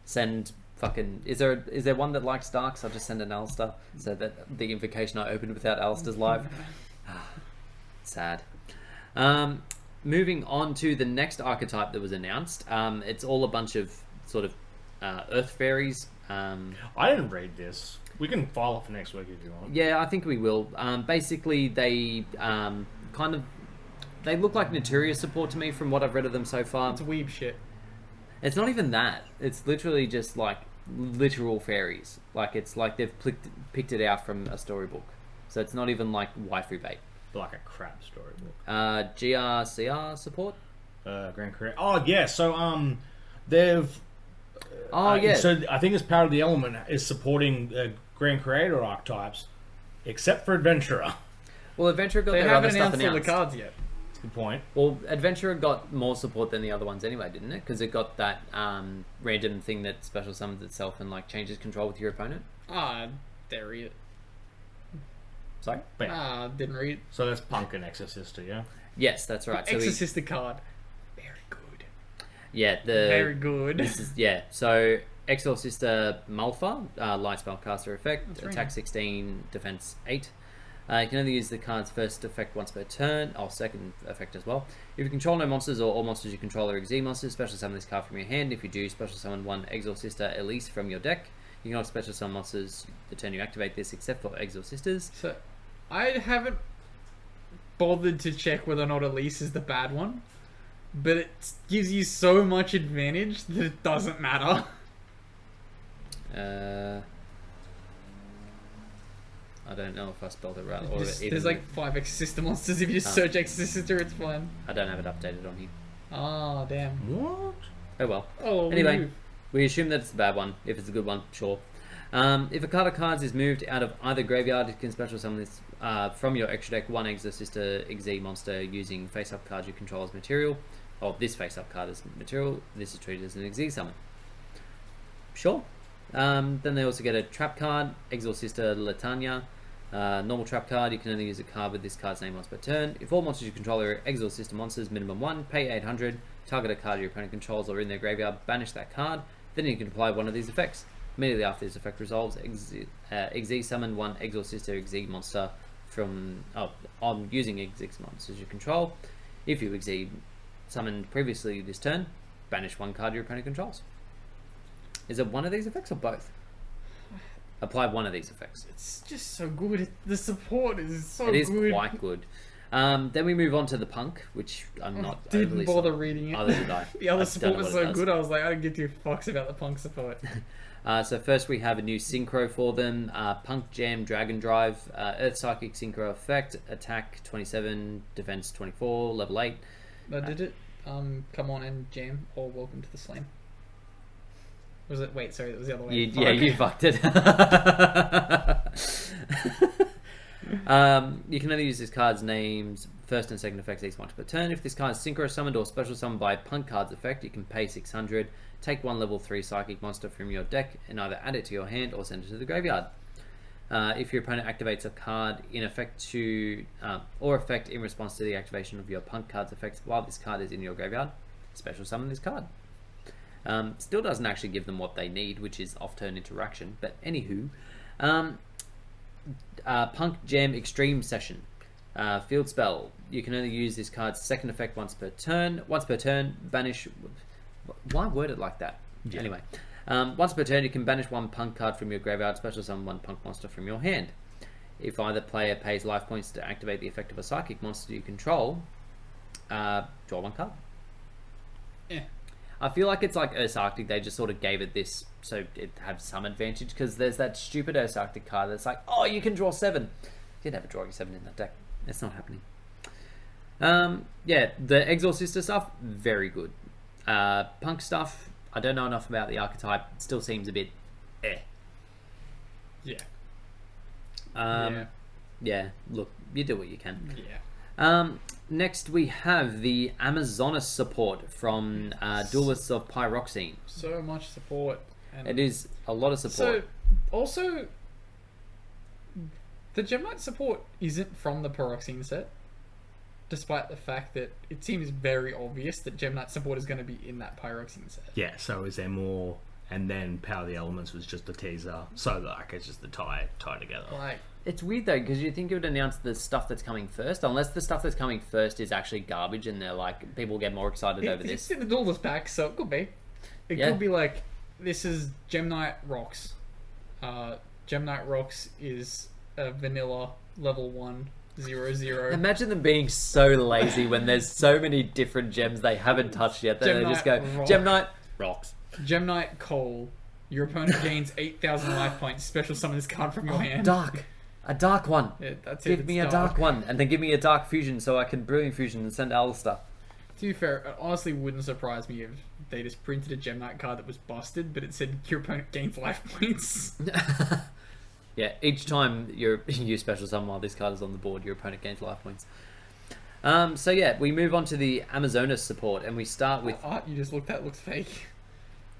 [SPEAKER 1] Send fucking. Is there is there one that likes darks? I'll just send an Alistair so that the invocation I opened without Alistair's live. Sad. Um, moving on to the next archetype that was announced. Um, it's all a bunch of sort of uh, earth fairies. Um,
[SPEAKER 2] I didn't read this. We can file it for next week if you want.
[SPEAKER 1] yeah, I think we will. Um, basically, they um, kind of. They look like Naturia support to me from what I've read of them so far.
[SPEAKER 4] It's weeb shit.
[SPEAKER 1] It's not even that. It's literally just like literal fairies. Like it's like they've plicked, picked it out from a storybook. So it's not even like waifu bait.
[SPEAKER 2] Like a crap storybook.
[SPEAKER 1] Uh, GRCR support.
[SPEAKER 2] Uh, Grand Career. Oh yeah. So um, they've
[SPEAKER 1] Oh
[SPEAKER 2] Uh,
[SPEAKER 1] yeah.
[SPEAKER 2] So I think as part of the element is supporting uh, Grand Creator archetypes, except for Adventurer.
[SPEAKER 1] well, Adventurer got
[SPEAKER 4] They
[SPEAKER 1] their other
[SPEAKER 4] haven't
[SPEAKER 1] stuff
[SPEAKER 4] announced all the
[SPEAKER 1] announced.
[SPEAKER 4] cards yet.
[SPEAKER 2] That's a good point.
[SPEAKER 1] Well, Adventurer got more support than the other ones anyway, didn't it? Because it got that um, random thing that special summons itself and like changes control with your opponent.
[SPEAKER 4] Ah, didn't read it.
[SPEAKER 1] Sorry.
[SPEAKER 2] But,
[SPEAKER 4] Ah, didn't read it.
[SPEAKER 2] so that's Punk and Exorcist, yeah.
[SPEAKER 1] Yes, that's right. So we-
[SPEAKER 4] Exorcist the card. Very good.
[SPEAKER 1] yeah, the
[SPEAKER 4] Very good.
[SPEAKER 1] This is- yeah. So Exorcister Malfa, uh, light spellcaster effect, attack sixteen, defense eight. Uh, you can only use the card's first effect once per turn, or second effect as well. If you control no monsters or all monsters you control are exiled monsters, special summon this card from your hand. If you do, special summon one Exorcister Elise from your deck. You can also special summon monsters the turn you activate this, except for Exorcisters.
[SPEAKER 4] So, I haven't bothered to check whether or not Elise is the bad one, but it gives you so much advantage that it doesn't matter.
[SPEAKER 1] Uh, I don't know if I spelled it right. Or
[SPEAKER 4] Just-
[SPEAKER 1] even Ah.
[SPEAKER 4] there's like five Exorcist monsters. If you just search Exorcister, it's fine.
[SPEAKER 1] I don't have it updated on here.
[SPEAKER 4] Ah, damn.
[SPEAKER 2] What?
[SPEAKER 1] Oh well.
[SPEAKER 4] Oh,
[SPEAKER 1] Anyway,
[SPEAKER 4] move.
[SPEAKER 1] we assume that it's a bad one. If it's a good one, sure. Um, if a card of cards is moved out of either graveyard, it can special summon this uh, from your extra deck one Exorcister Exe E monster using face up cards you control as material. Or this face up card is material. This is treated as an Exe summon. Sure. Um, then they also get a trap card, Exorcister Latanya. Uh, normal trap card, you can only use a card with this card's name once per turn. If all monsters you control are Exorcister monsters, minimum one, pay 800, target a card your opponent controls or in their graveyard, banish that card, then you can apply one of these effects. Immediately after this effect resolves, ex- uh, Exe summon one Exorcister Exe monster from oh, on using Exe monsters you control. If you Exe summoned previously this turn, banish one card your opponent controls. Is it one of these effects or both? Apply one of these effects.
[SPEAKER 4] it's just so good. The support is so
[SPEAKER 1] It is
[SPEAKER 4] good.
[SPEAKER 1] quite good. Um, then we move on to the punk, which I'm not
[SPEAKER 4] Oh, Didn't
[SPEAKER 1] overly
[SPEAKER 4] bother
[SPEAKER 1] sorry-
[SPEAKER 4] reading it.
[SPEAKER 1] Either did I.
[SPEAKER 4] the
[SPEAKER 1] I
[SPEAKER 4] other
[SPEAKER 1] don't
[SPEAKER 4] support
[SPEAKER 1] know
[SPEAKER 4] was
[SPEAKER 1] what it
[SPEAKER 4] so
[SPEAKER 1] does.
[SPEAKER 4] good. I was like, I don't give two fucks about the punk support.
[SPEAKER 1] Uh, so first we have a new synchro for them: uh, Punk Jam Dragon Drive, uh, Earth Psychic Synchro Effect, Attack 27, Defense 24, Level 8.
[SPEAKER 4] No, did it? Um, come on and jam or welcome to the slam. Was it? Wait, sorry, that was the other way.
[SPEAKER 1] You,
[SPEAKER 4] Fuck.
[SPEAKER 1] yeah, you fucked it. um, you can only use this card's names, first and second effects each once per turn. If this card is synchro summoned or special summoned by punk card's effect, you can pay 600, take one level 3 psychic monster from your deck, and either add it to your hand or send it to the graveyard. Uh, if your opponent activates a card in effect to uh, or effect in response to the activation of your punk card's effects while this card is in your graveyard, special summon this card. Um, still doesn't actually give them what they need, which is off turn interaction. But anywho, um, uh, Punk Jam Extreme Session. Uh, field spell. You can only use this card's second effect once per turn. Once per turn, banish. Why word it like that? Anyway, um, once per turn, you can banish one punk card from your graveyard, special summon one punk monster from your hand. If either player pays life points to activate the effect of a psychic monster you control, uh, draw one card.
[SPEAKER 4] Yeah.
[SPEAKER 1] I feel like it's like Earth's Arctic. They just sort of gave it this so it had some advantage because there's that stupid Earth's Arctic card that's like, oh, you can draw seven. You'd never drawing seven in that deck. It's not happening. Um, yeah, the Exorcista stuff, very good. Uh, punk stuff, I don't know enough about the archetype. It still seems a bit eh.
[SPEAKER 4] Yeah.
[SPEAKER 1] Um,
[SPEAKER 4] yeah.
[SPEAKER 1] yeah, look, you do what you can.
[SPEAKER 4] Yeah.
[SPEAKER 1] Um, next, we have the Amazonas support from uh, Duelists of Pyroxene.
[SPEAKER 4] So much support. And
[SPEAKER 1] It is a lot of support.
[SPEAKER 4] So, also, the Gemite support isn't from the Pyroxene set, despite the fact that it seems very obvious that Gemite support is going to be in that Pyroxene set.
[SPEAKER 2] Yeah, so is there more? And then Power of the Elements was just the teaser. So, like, it's just the tie tie together.
[SPEAKER 4] Like,
[SPEAKER 1] it's weird though, because you think you would announce the stuff that's coming first, unless the stuff that's coming first is actually garbage and they're like, people get more excited over
[SPEAKER 4] it,
[SPEAKER 1] this.
[SPEAKER 4] it's in the Duelist pack, so it could be. It
[SPEAKER 1] Yeah.
[SPEAKER 4] could be like, this is Gemnite Rocks. Uh, Gemnite Rocks is a vanilla level one zero zero.
[SPEAKER 1] Imagine them being so lazy when there's so many different gems they haven't touched yet that they just go,
[SPEAKER 4] Gemnite rock.
[SPEAKER 1] Gemnite rocks.
[SPEAKER 4] Gemnite Coal. Your opponent gains 8,000 life points. Special summon this card
[SPEAKER 1] Oh,
[SPEAKER 4] from your hand.
[SPEAKER 1] Dark. A dark one.
[SPEAKER 4] Yeah, that's it.
[SPEAKER 1] give
[SPEAKER 4] it's
[SPEAKER 1] me a dark one, and then give me a dark fusion so I can brilliant fusion and send Alistair.
[SPEAKER 4] To be fair, it honestly wouldn't surprise me if they just printed a Gem Knight card that was busted, but it said your opponent gains life points.
[SPEAKER 1] Yeah, each time you're, you special summon while this card is on the board, your opponent gains life points. Um, so yeah, we move on to the Amazonas support, and we start with
[SPEAKER 4] Art Ah, you just looked at looks fake.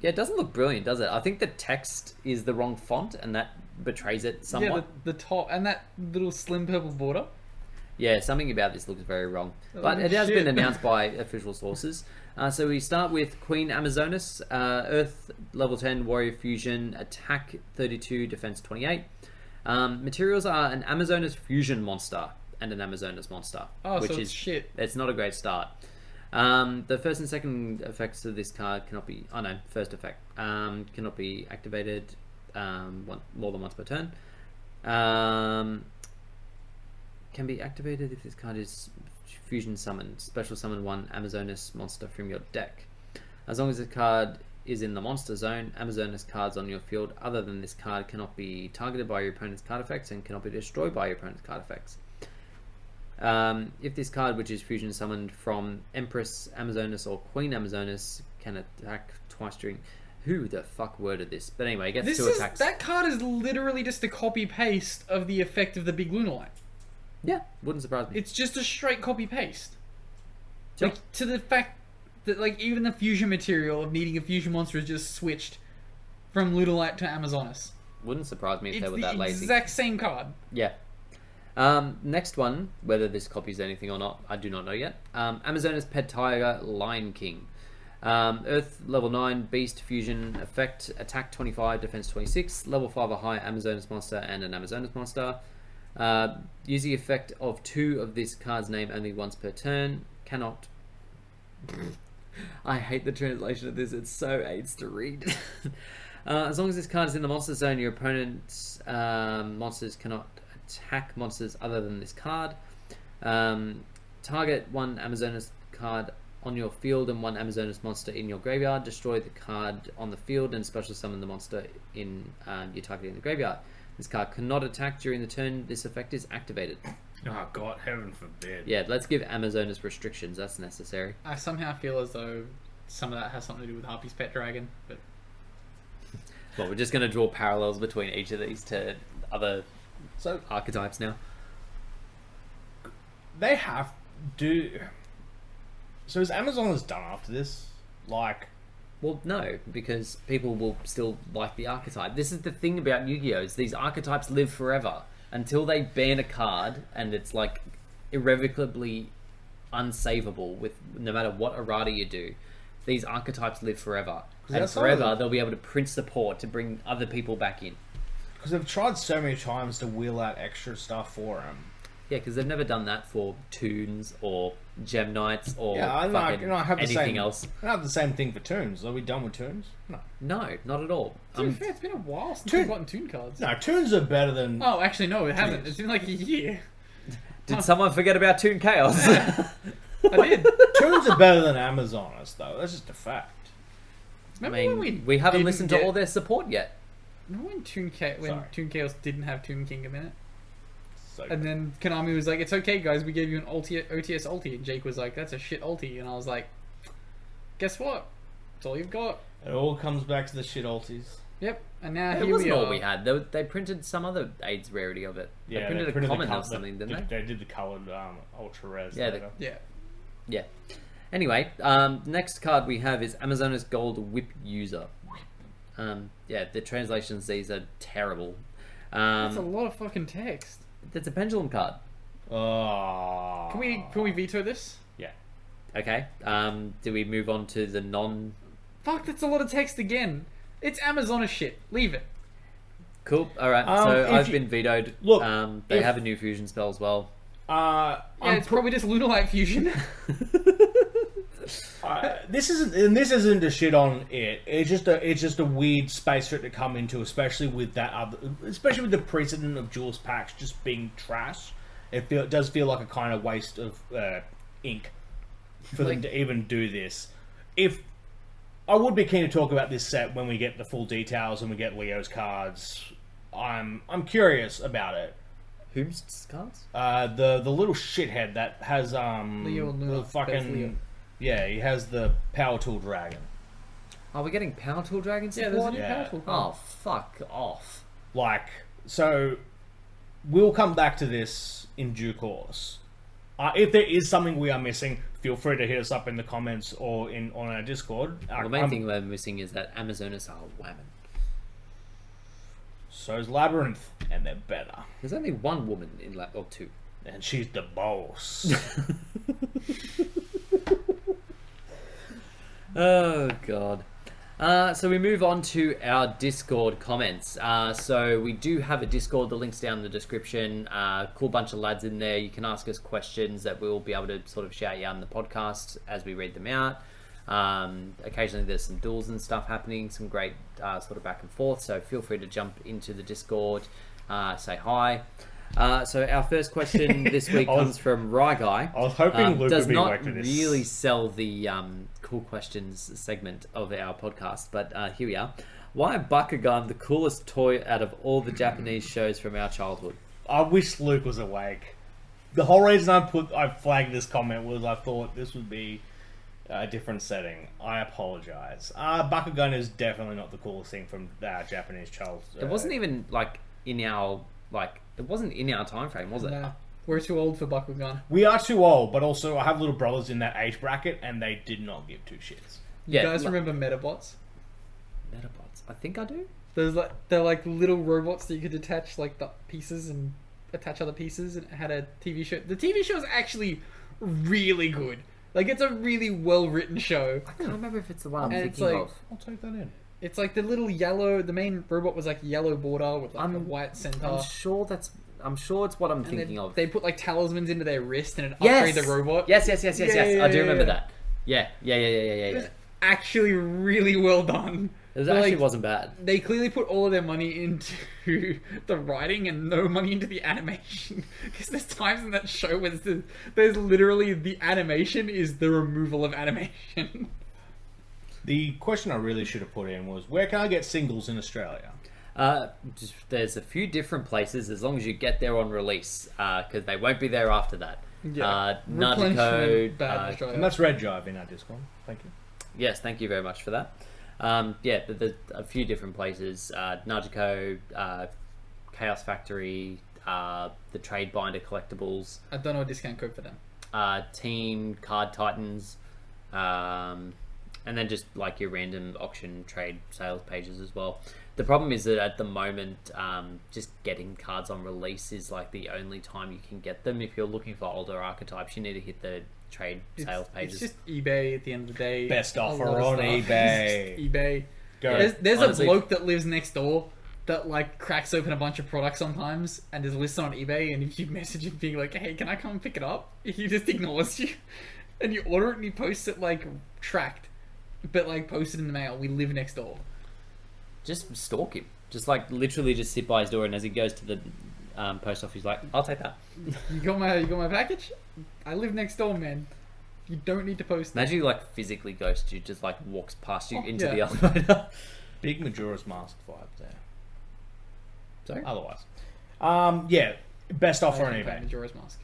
[SPEAKER 1] yeah, it doesn't look brilliant, does it? I think the text is the wrong font, and that betrays it somewhat.
[SPEAKER 4] Yeah, the, the top and that little slim purple border.
[SPEAKER 1] Yeah, something about this looks very wrong. But
[SPEAKER 4] Oh,
[SPEAKER 1] it has
[SPEAKER 4] shit.
[SPEAKER 1] been announced by official sources. Uh, so we start with Queen Amazonas, uh, Earth level 10, Warrior Fusion, Attack 32, Defense 28. Um, materials are an Amazonas Fusion monster and an Amazonas monster.
[SPEAKER 4] Oh, so it's shit.
[SPEAKER 1] It's not a great start. Um, the first and second effects of this card cannot be. Oh no, first effect um, cannot be activated um, one, more than once per turn. Um, can be activated if this card is fusion summoned. Special summon one Amazonas monster from your deck. As long as the card is in the monster zone, Amazonas cards on your field other than this card cannot be targeted by your opponent's card effects and cannot be destroyed by your opponent's card effects. Um, if this card, which is fusion summoned from Empress Amazonas or Queen Amazonas, can attack twice during. Who the fuck worded this? But anyway, it gets
[SPEAKER 4] This
[SPEAKER 1] two
[SPEAKER 4] is,
[SPEAKER 1] attacks.
[SPEAKER 4] that card is literally just a copy paste of the effect of the big lunar light.
[SPEAKER 1] Yeah, wouldn't surprise me.
[SPEAKER 4] It's just a straight copy paste.
[SPEAKER 1] Sure.
[SPEAKER 4] Like to the fact that like even the fusion material of needing a fusion monster is just switched from Ludolite to Amazonas.
[SPEAKER 1] Wouldn't surprise me if
[SPEAKER 4] It's
[SPEAKER 1] they were
[SPEAKER 4] the
[SPEAKER 1] that lazy.
[SPEAKER 4] exact same card.
[SPEAKER 1] Yeah. Um, next one, whether this copies anything or not, I do not know yet. Um, Amazonas Pet Tiger Lion King. Um, Earth level 9 Beast Fusion Effect Attack 25 Defense 26 Level 5 or higher Amazonas monster and an Amazonas monster uh, Use the effect of two of this card's name only once per turn Cannot I hate the translation of this. It's so aids to read. uh, as long as this card is in the monster zone, your opponent's um, monsters cannot attack monsters other than this card. Um, target one Amazonas card on your field and one Amazonas monster in your graveyard. Destroy the card on the field and special summon the monster in um, your target in the graveyard. This card cannot attack during the turn this effect is activated.
[SPEAKER 2] Oh, God, heaven forbid.
[SPEAKER 1] Yeah, let's give Amazonas restrictions. That's necessary.
[SPEAKER 4] I somehow feel as though some of that has something to do with Harpy's Pet Dragon, but
[SPEAKER 1] Well, we're just going to draw parallels between each of these to other so archetypes now.
[SPEAKER 2] They have do. So, is Amazon is done after this? Like,
[SPEAKER 1] Well, no, because people will still like the archetype. This is the thing about Yu-Gi-Oh! is These archetypes live forever until they ban a card, and it's like irrevocably unsavable. With no matter what errata you do, these archetypes live forever, and
[SPEAKER 2] that's some of
[SPEAKER 1] forever
[SPEAKER 2] them-
[SPEAKER 1] they'll be able to print support to bring other people back in.
[SPEAKER 2] because they've tried so many times to wheel out extra stuff for him.
[SPEAKER 1] Yeah, because they've never done that for Toons or Gem Knights or
[SPEAKER 2] Yeah, I like,
[SPEAKER 1] fucking
[SPEAKER 2] you know, I have the
[SPEAKER 1] anything
[SPEAKER 2] same.
[SPEAKER 1] else.
[SPEAKER 2] I have the same thing for tunes. Are we done with tunes? No,
[SPEAKER 1] No, not at all.
[SPEAKER 4] To be
[SPEAKER 1] Um,
[SPEAKER 4] fair, it's been a while since
[SPEAKER 2] Dude.
[SPEAKER 4] we've gotten Toon cards.
[SPEAKER 2] no, tunes are better than.
[SPEAKER 4] Oh, actually, no, it hasn't. It's been like a year.
[SPEAKER 1] did someone forget about Toon Chaos?
[SPEAKER 4] I did.
[SPEAKER 2] tunes are better than Amazoners, though. That's just a fact.
[SPEAKER 1] I
[SPEAKER 4] Remember
[SPEAKER 1] mean,
[SPEAKER 4] when we,
[SPEAKER 1] we, haven't
[SPEAKER 4] didn't
[SPEAKER 1] listened
[SPEAKER 4] get-
[SPEAKER 1] to all their support yet.
[SPEAKER 4] Remember when Toon Ca- when
[SPEAKER 2] Sorry.
[SPEAKER 4] Toon Chaos didn't have Toon Kingdom in it,
[SPEAKER 2] So
[SPEAKER 4] and then Konami was like, "It's okay, guys. We gave you an ulti- OTS ulti," and Jake was like, "That's a shit ulti," and I was like, "Guess what? It's all you've got."
[SPEAKER 2] it all comes back to the shit alties.
[SPEAKER 4] Yep. And now
[SPEAKER 1] It
[SPEAKER 4] here
[SPEAKER 1] wasn't
[SPEAKER 4] we are.
[SPEAKER 1] all we had. They, they printed some other AIDS rarity of it. they printed a common or something, didn't they?
[SPEAKER 2] They did the colored um, ultra res.
[SPEAKER 1] Yeah,
[SPEAKER 2] Yeah,
[SPEAKER 1] the-
[SPEAKER 4] Yeah.
[SPEAKER 1] Yeah. Anyway, um, next card we have is Amazonas Gold Whip User. Um, yeah, the translations these are terrible.
[SPEAKER 4] That's a
[SPEAKER 1] Um,
[SPEAKER 4] lot of fucking text.
[SPEAKER 1] it's a pendulum card.
[SPEAKER 2] oh,
[SPEAKER 4] Can we can we veto this?
[SPEAKER 2] yeah.
[SPEAKER 1] Okay. Um, do we move on to the non?
[SPEAKER 4] Fuck, that's a lot of text again. It's Amazon as shit. Leave it.
[SPEAKER 1] Cool. All right.
[SPEAKER 2] Um, if
[SPEAKER 1] so I've
[SPEAKER 2] you-
[SPEAKER 1] been vetoed.
[SPEAKER 2] Look,
[SPEAKER 1] um, they
[SPEAKER 2] if-
[SPEAKER 1] have a new fusion spell as well.
[SPEAKER 2] Uh,
[SPEAKER 4] Yeah, it's probably just Lunar Light Fusion.
[SPEAKER 2] uh, this isn't, and this isn't to shit on it. It's just a, it's just a weird space for it to come into, especially with that other, especially with the precedent of Jules Pax just being trash. It feel, it does feel like a kind of waste of uh, ink for them to even do this. If I would be keen to talk about this set when we get the full details and we get Leo's cards. I'm, I'm curious about it.
[SPEAKER 1] Whom's cards?
[SPEAKER 2] Uh, the the little shithead that has um
[SPEAKER 4] Leo and Luna.
[SPEAKER 2] the fucking
[SPEAKER 4] That's Leo.
[SPEAKER 2] yeah he has the power tool dragon
[SPEAKER 1] Are we getting Power Tool Dragon
[SPEAKER 4] yeah, there's a
[SPEAKER 1] support?
[SPEAKER 4] new
[SPEAKER 2] Yeah.
[SPEAKER 4] powerful
[SPEAKER 1] Oh,
[SPEAKER 4] card.
[SPEAKER 1] fuck off.
[SPEAKER 2] like so we'll come back to this in due course uh, if there is something we are missing feel free to hit us up in the comments or in on our discord uh,
[SPEAKER 1] The main
[SPEAKER 2] um,
[SPEAKER 1] thing we're missing is that Amazonas are women.
[SPEAKER 2] so's labyrinth and they're better
[SPEAKER 1] There's only one woman in like or two.
[SPEAKER 2] and she's the boss
[SPEAKER 1] Oh god. Uh, so we move on to our Discord comments. Uh, so we do have a Discord. The link's down in the description. Uh, cool bunch of lads in there. You can ask us questions that we'll be able to sort of shout you out in the podcast as we read them out. Um, occasionally there's some duels and stuff happening. Some great uh, sort of back and forth. So feel free to jump into the Discord. Uh, say hi. Uh, so our first question this week
[SPEAKER 2] was-
[SPEAKER 1] comes from Rye Guy.
[SPEAKER 2] I was hoping Luke would
[SPEAKER 1] Um, does
[SPEAKER 2] be
[SPEAKER 1] not
[SPEAKER 2] like this.
[SPEAKER 1] really sell the um, cool questions segment of our podcast, but uh, here we are. Why Bakugan the coolest toy out of all the Japanese shows from our childhood?
[SPEAKER 2] I wish Luke was awake. The whole reason I put I flagged this comment was I thought this would be a different setting. I apologize. Uh, Bakugan is definitely not the coolest thing from uh, Japanese uh, child.
[SPEAKER 1] It wasn't even like in our like it wasn't in our time frame, was it?
[SPEAKER 4] Nah, we're too old for Bakugan.
[SPEAKER 2] We are too old, but also I have little brothers in that age bracket, and they did not give two shits.
[SPEAKER 1] Yeah,
[SPEAKER 4] guys Hmm.
[SPEAKER 1] like-
[SPEAKER 4] remember Metabots?
[SPEAKER 1] Metabots. I think I do.
[SPEAKER 4] Those like they're like little robots that you could detach like the pieces and attach other pieces and it had a TV show. The TV show is actually really good. Like it's a really well written show.
[SPEAKER 1] I can't remember if it's the one I'm
[SPEAKER 4] And it's
[SPEAKER 1] thinking
[SPEAKER 4] like
[SPEAKER 1] of.
[SPEAKER 2] I'll take that in.
[SPEAKER 4] it's like the little yellow. The main robot was like yellow border with like a
[SPEAKER 1] I'm-
[SPEAKER 4] white center.
[SPEAKER 1] I'm sure that's I'm sure it's what I'm
[SPEAKER 4] uh, And
[SPEAKER 1] thinking
[SPEAKER 4] they,
[SPEAKER 1] of.
[SPEAKER 4] they put like talismans into their wrist and it
[SPEAKER 1] yes!
[SPEAKER 4] upgrade the robot.
[SPEAKER 1] Yes, yes, yes, yes,
[SPEAKER 4] Yeah,
[SPEAKER 1] yes.
[SPEAKER 4] yeah,
[SPEAKER 1] I do
[SPEAKER 4] yeah,
[SPEAKER 1] remember
[SPEAKER 4] yeah.
[SPEAKER 1] that. Yeah, yeah, yeah, yeah, yeah, yeah. yeah.
[SPEAKER 4] actually really well done.
[SPEAKER 1] It was
[SPEAKER 4] But,
[SPEAKER 1] actually
[SPEAKER 4] like,
[SPEAKER 1] wasn't bad.
[SPEAKER 4] They clearly put all of their money into the writing and no money into the animation. Because there's times in that show where there's, there's literally the animation is the removal of animation.
[SPEAKER 2] The question I really should have put in was, where can I get singles in Australia?
[SPEAKER 1] Uh, just, there's a few different places as long as you get there on release, because they won't be there after that. Uh, Nardco,
[SPEAKER 4] Replenishment bad
[SPEAKER 1] uh,
[SPEAKER 4] Australia.
[SPEAKER 2] And that's Red Jive in our Discord. Thank you.
[SPEAKER 1] yes, thank you very much for that. Um, yeah, but there's a few different places: uh, Nardco, uh, Chaos Factory, uh, the Trade Binder Collectibles,
[SPEAKER 4] I don't know a discount code for them.
[SPEAKER 1] uh, Team Card Titans, um, and then just like your random auction trade sales pages as well. The problem is that at the moment, um, just getting cards on release is like the only time you can get them. If you're looking for older archetypes, you need to hit the trade sales
[SPEAKER 4] It's,
[SPEAKER 1] pages.
[SPEAKER 4] it's just eBay at the end of the day.
[SPEAKER 2] Best
[SPEAKER 4] A
[SPEAKER 2] offer
[SPEAKER 4] lot of
[SPEAKER 2] on
[SPEAKER 4] stuff.
[SPEAKER 2] eBay.
[SPEAKER 4] It's just eBay.
[SPEAKER 2] Go.
[SPEAKER 4] There's, there's
[SPEAKER 1] Honestly-
[SPEAKER 4] a bloke that lives next door that like cracks open a bunch of products sometimes and is listed on eBay. And if you message him being like, "Hey, can I come pick it up?" He just ignores you, and you order it and he posts it like tracked, but like posted in the mail. We live next door.
[SPEAKER 1] Just stalk him. Just like literally just sit by his door and as he goes to the um, post office, he's like, I'll take that.
[SPEAKER 4] You got my you got my package? I live next door, man. You don't need to post that.
[SPEAKER 1] Imagine he like physically ghosts you, just like walks past you into
[SPEAKER 4] Oh, yeah.
[SPEAKER 1] the elevator.
[SPEAKER 2] Big Majora's Mask vibe there.
[SPEAKER 1] Sorry?
[SPEAKER 2] Otherwise, um, yeah, best offer on
[SPEAKER 4] Playing
[SPEAKER 2] eBay.
[SPEAKER 4] Majora's Mask.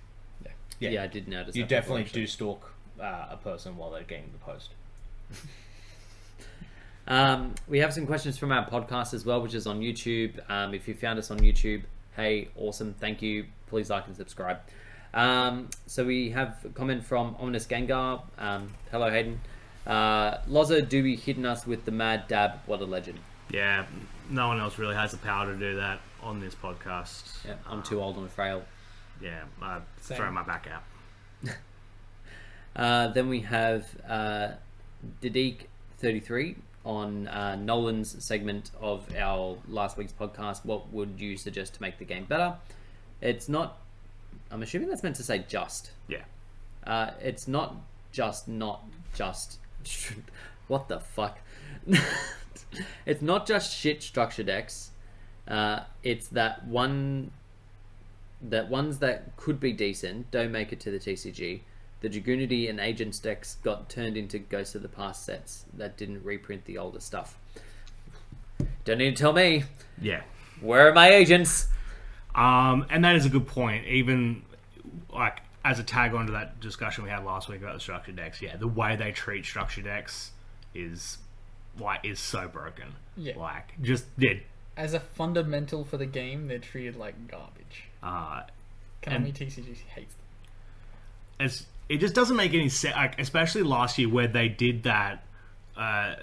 [SPEAKER 2] Yeah,
[SPEAKER 1] yeah, I did notice
[SPEAKER 2] you
[SPEAKER 1] that
[SPEAKER 2] definitely
[SPEAKER 1] before,
[SPEAKER 2] do stalk uh, a person while they're getting the post.
[SPEAKER 1] Um, we have some questions from our podcast as well, which is on YouTube. Um, if you found us on YouTube, hey, awesome, thank you. Please like and subscribe. Um, so we have a comment from Ominous Gengar. Um, hello, Hayden. Uh, Loza Doobie hitting us with the mad dab. What a legend.
[SPEAKER 2] Yeah, no one else really has the power to do that on this podcast.
[SPEAKER 1] Yeah, I'm too old and frail.
[SPEAKER 2] Yeah, I
[SPEAKER 4] throw my
[SPEAKER 2] back out.
[SPEAKER 1] Uh, then we have uh, Didik33 on uh, Nolan's segment of our last week's podcast. What would you suggest to make the game better? It's not, I'm assuming that's meant to say just.
[SPEAKER 2] Yeah,
[SPEAKER 1] Uh, it's not just not just. what the fuck? it's not just shit structure decks. Uh, it's that one. That ones that could be decent don't make it to the TCG. The Dragoonity and Agents decks got turned into Ghosts of the Past sets that didn't reprint the older stuff. Don't need to tell me.
[SPEAKER 2] yeah.
[SPEAKER 1] Where are my agents?
[SPEAKER 2] Um, and that is a good point. Even like as a tag on to that discussion we had last week about the structure decks, yeah, the way they treat structure decks is like is so broken.
[SPEAKER 4] Yeah.
[SPEAKER 2] Like just yeah.
[SPEAKER 4] As a fundamental for the game, they're treated like garbage.
[SPEAKER 2] Uh,
[SPEAKER 4] Konami TCG hates them.
[SPEAKER 2] as it just doesn't make any sense. Like, especially last year where they did that. Uh,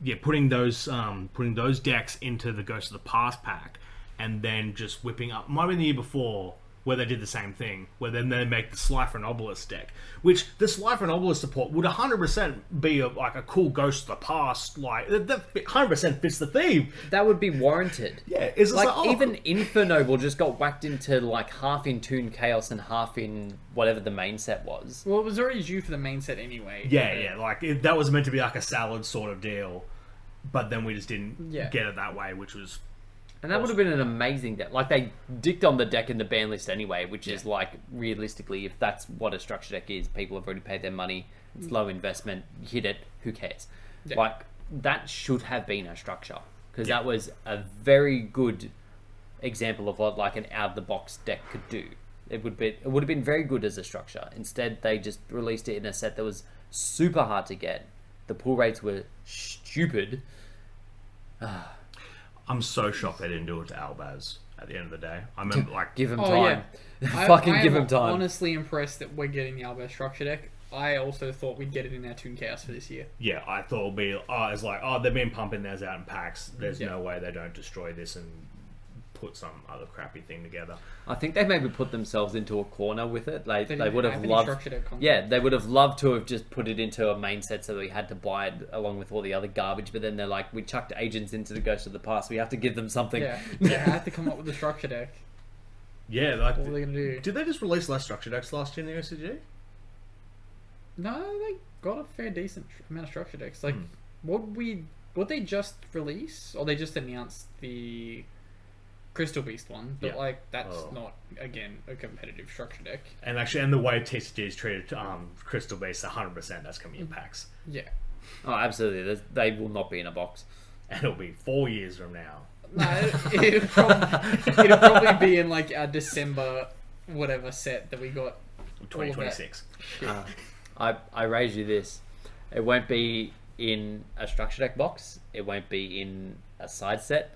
[SPEAKER 2] yeah, putting those um, putting those decks into the Ghost of the Past pack, and then just whipping up. Might have been the year before where they did the same thing, where then they make the Slifer and Obelisk deck, which the Slifer and Obelisk support would 100% be a, like a cool Ghost of the Past. Like that- that 100% fits the theme.
[SPEAKER 1] That would be warranted.
[SPEAKER 2] Yeah, it's just
[SPEAKER 1] like
[SPEAKER 2] like, oh,
[SPEAKER 1] even Infernoble just got whacked into like half in Toon Chaos and half in whatever the main set was.
[SPEAKER 4] Well, it was already due for the main set anyway.
[SPEAKER 2] Yeah, yeah, Uh, like it, that was meant to be like a salad sort of deal, but then we just didn't
[SPEAKER 4] Yeah.
[SPEAKER 2] get it that way, which was
[SPEAKER 1] And that would have been an amazing deck. Like they dicked on the deck in the ban list anyway, which is like realistically, if that's what a structure deck is, people have already paid their money.
[SPEAKER 4] Mm.
[SPEAKER 1] It's low investment. Hit it. Who cares? Like that should have been a structure because that was a very good example of what like an out of the box deck could do. It would be it would have been very good as a structure. Instead, they just released it in a set that was super hard to get. The pull rates were stupid.
[SPEAKER 2] I'm so shocked they didn't do it to Albaz at the end of the day. I remember, like,
[SPEAKER 1] Give them
[SPEAKER 4] Oh
[SPEAKER 1] time.
[SPEAKER 4] yeah. I-
[SPEAKER 1] Fucking
[SPEAKER 4] I
[SPEAKER 1] give
[SPEAKER 4] am
[SPEAKER 1] them time.
[SPEAKER 4] Honestly, impressed that we're getting the Albert structure deck. I also thought we'd get it in our Toon Chaos for this year.
[SPEAKER 2] yeah, I thought it'd be, oh, it's like, oh, they've been pumping theirs out in packs. There's
[SPEAKER 4] Yeah.
[SPEAKER 2] no way they don't destroy this and put some other crappy thing together.
[SPEAKER 1] I think they maybe put themselves into a corner with it. Like they,
[SPEAKER 4] didn't
[SPEAKER 1] would
[SPEAKER 4] have
[SPEAKER 1] have
[SPEAKER 4] any
[SPEAKER 1] loved,
[SPEAKER 4] structure to conquer.
[SPEAKER 1] yeah, they would have loved to have just put it into a main set so we had to buy it along with all the other garbage. But then they're like, we chucked agents into the Ghost of the Past. We have to give them something.
[SPEAKER 4] Yeah, yeah. I had to come up with a structure deck.
[SPEAKER 2] Yeah, like,
[SPEAKER 4] What are they gonna do?
[SPEAKER 2] did they just release less structure decks last year in the OCG?
[SPEAKER 4] No, they got a fair decent tr- amount of structure decks. Like, what we what they just release, or they just announced the Crystal Beast one, but
[SPEAKER 2] Yeah.
[SPEAKER 4] like that's
[SPEAKER 2] Oh.
[SPEAKER 4] not again a competitive structure deck.
[SPEAKER 2] And actually, and the way TCG's treated um, Crystal Base, 100% that's coming in
[SPEAKER 4] Mm.
[SPEAKER 2] packs.
[SPEAKER 4] Yeah,
[SPEAKER 1] Oh, absolutely. There's- They will not be in a box.
[SPEAKER 2] And it'll be four years from now.
[SPEAKER 4] no, it, it'll, probably, it'll probably be in like our December whatever set that we got. all of that.
[SPEAKER 2] 2026.
[SPEAKER 1] I I raise you this. It won't be in a structure deck box. It won't be in a side set.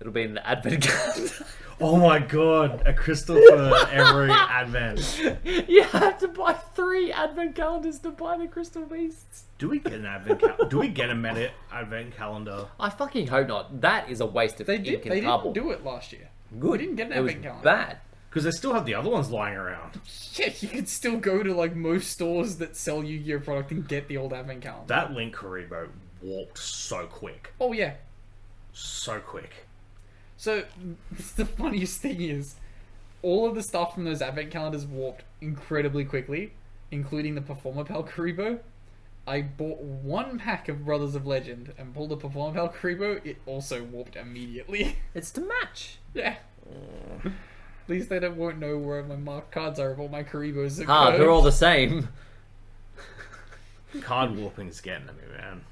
[SPEAKER 1] It'll be in the advent calendar.
[SPEAKER 2] Oh my god, a crystal for every advent.
[SPEAKER 1] you have to buy three advent calendars to buy the crystal beasts.
[SPEAKER 2] Do we get an advent? Cal- do we get a meta advent calendar?
[SPEAKER 1] I fucking hope not. That is a waste of
[SPEAKER 4] They
[SPEAKER 1] ink
[SPEAKER 4] did.
[SPEAKER 1] and
[SPEAKER 4] They
[SPEAKER 1] cardboard.
[SPEAKER 4] didn't do it last year.
[SPEAKER 1] Good.
[SPEAKER 4] We didn't get an
[SPEAKER 1] it was
[SPEAKER 4] advent calendar.
[SPEAKER 1] Bad.
[SPEAKER 2] Because they still have the other ones lying around.
[SPEAKER 4] Yeah, you could still go to like most stores that sell Yu-Gi-Oh product and get the old advent calendar.
[SPEAKER 2] That Link Karibo warped so quick,
[SPEAKER 4] oh yeah,
[SPEAKER 2] so quick.
[SPEAKER 4] So the funniest thing is, all of the stuff from those advent calendars warped incredibly quickly, including the Performer Pal Karibo. I bought one pack of Brothers of Legend and pulled the Performer Pal Karibo. It also warped immediately.
[SPEAKER 1] It's to match.
[SPEAKER 4] yeah. At least they don't, won't know where my marked cards are of all my Karibos.
[SPEAKER 1] Ah, they're all the same.
[SPEAKER 2] Card
[SPEAKER 1] Hmm.
[SPEAKER 2] warping is getting to me, man.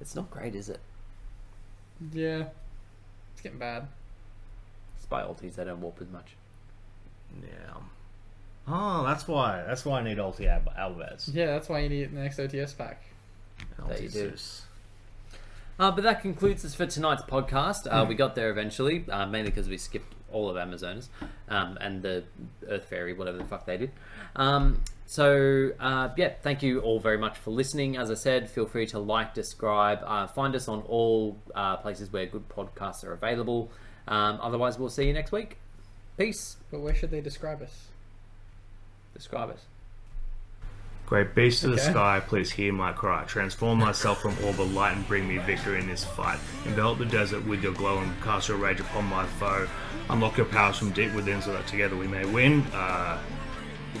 [SPEAKER 1] It's not great, is it?
[SPEAKER 4] Yeah. It's getting bad.
[SPEAKER 1] It's by ultis, they don't warp as much.
[SPEAKER 2] Yeah. Oh, that's why. That's why I need Ulti Al- Alves.
[SPEAKER 4] Yeah, that's why you need the next OTS pack.
[SPEAKER 2] Ulti
[SPEAKER 1] you do.
[SPEAKER 2] Zeus.
[SPEAKER 1] Uh, but that concludes us for tonight's podcast. Uh, we got there eventually, uh, mainly because we skipped all of Amazonas um, and the Earth Fairy, whatever the fuck they did. Um, so, uh, yeah, thank you all very much for listening. As I said, feel free to like, describe, uh, find us on all uh, places where good podcasts are available. Um, otherwise, we'll see you next week. Peace.
[SPEAKER 4] But where should they describe us?
[SPEAKER 1] Describe us.
[SPEAKER 2] Great beast of the
[SPEAKER 4] Okay.
[SPEAKER 2] sky, please hear my cry. Transform myself from orb of light and bring me victory in this fight. Envelop the desert with your glow and cast your rage upon my foe. Unlock your powers from deep within so that together we may win. Uh,
[SPEAKER 1] You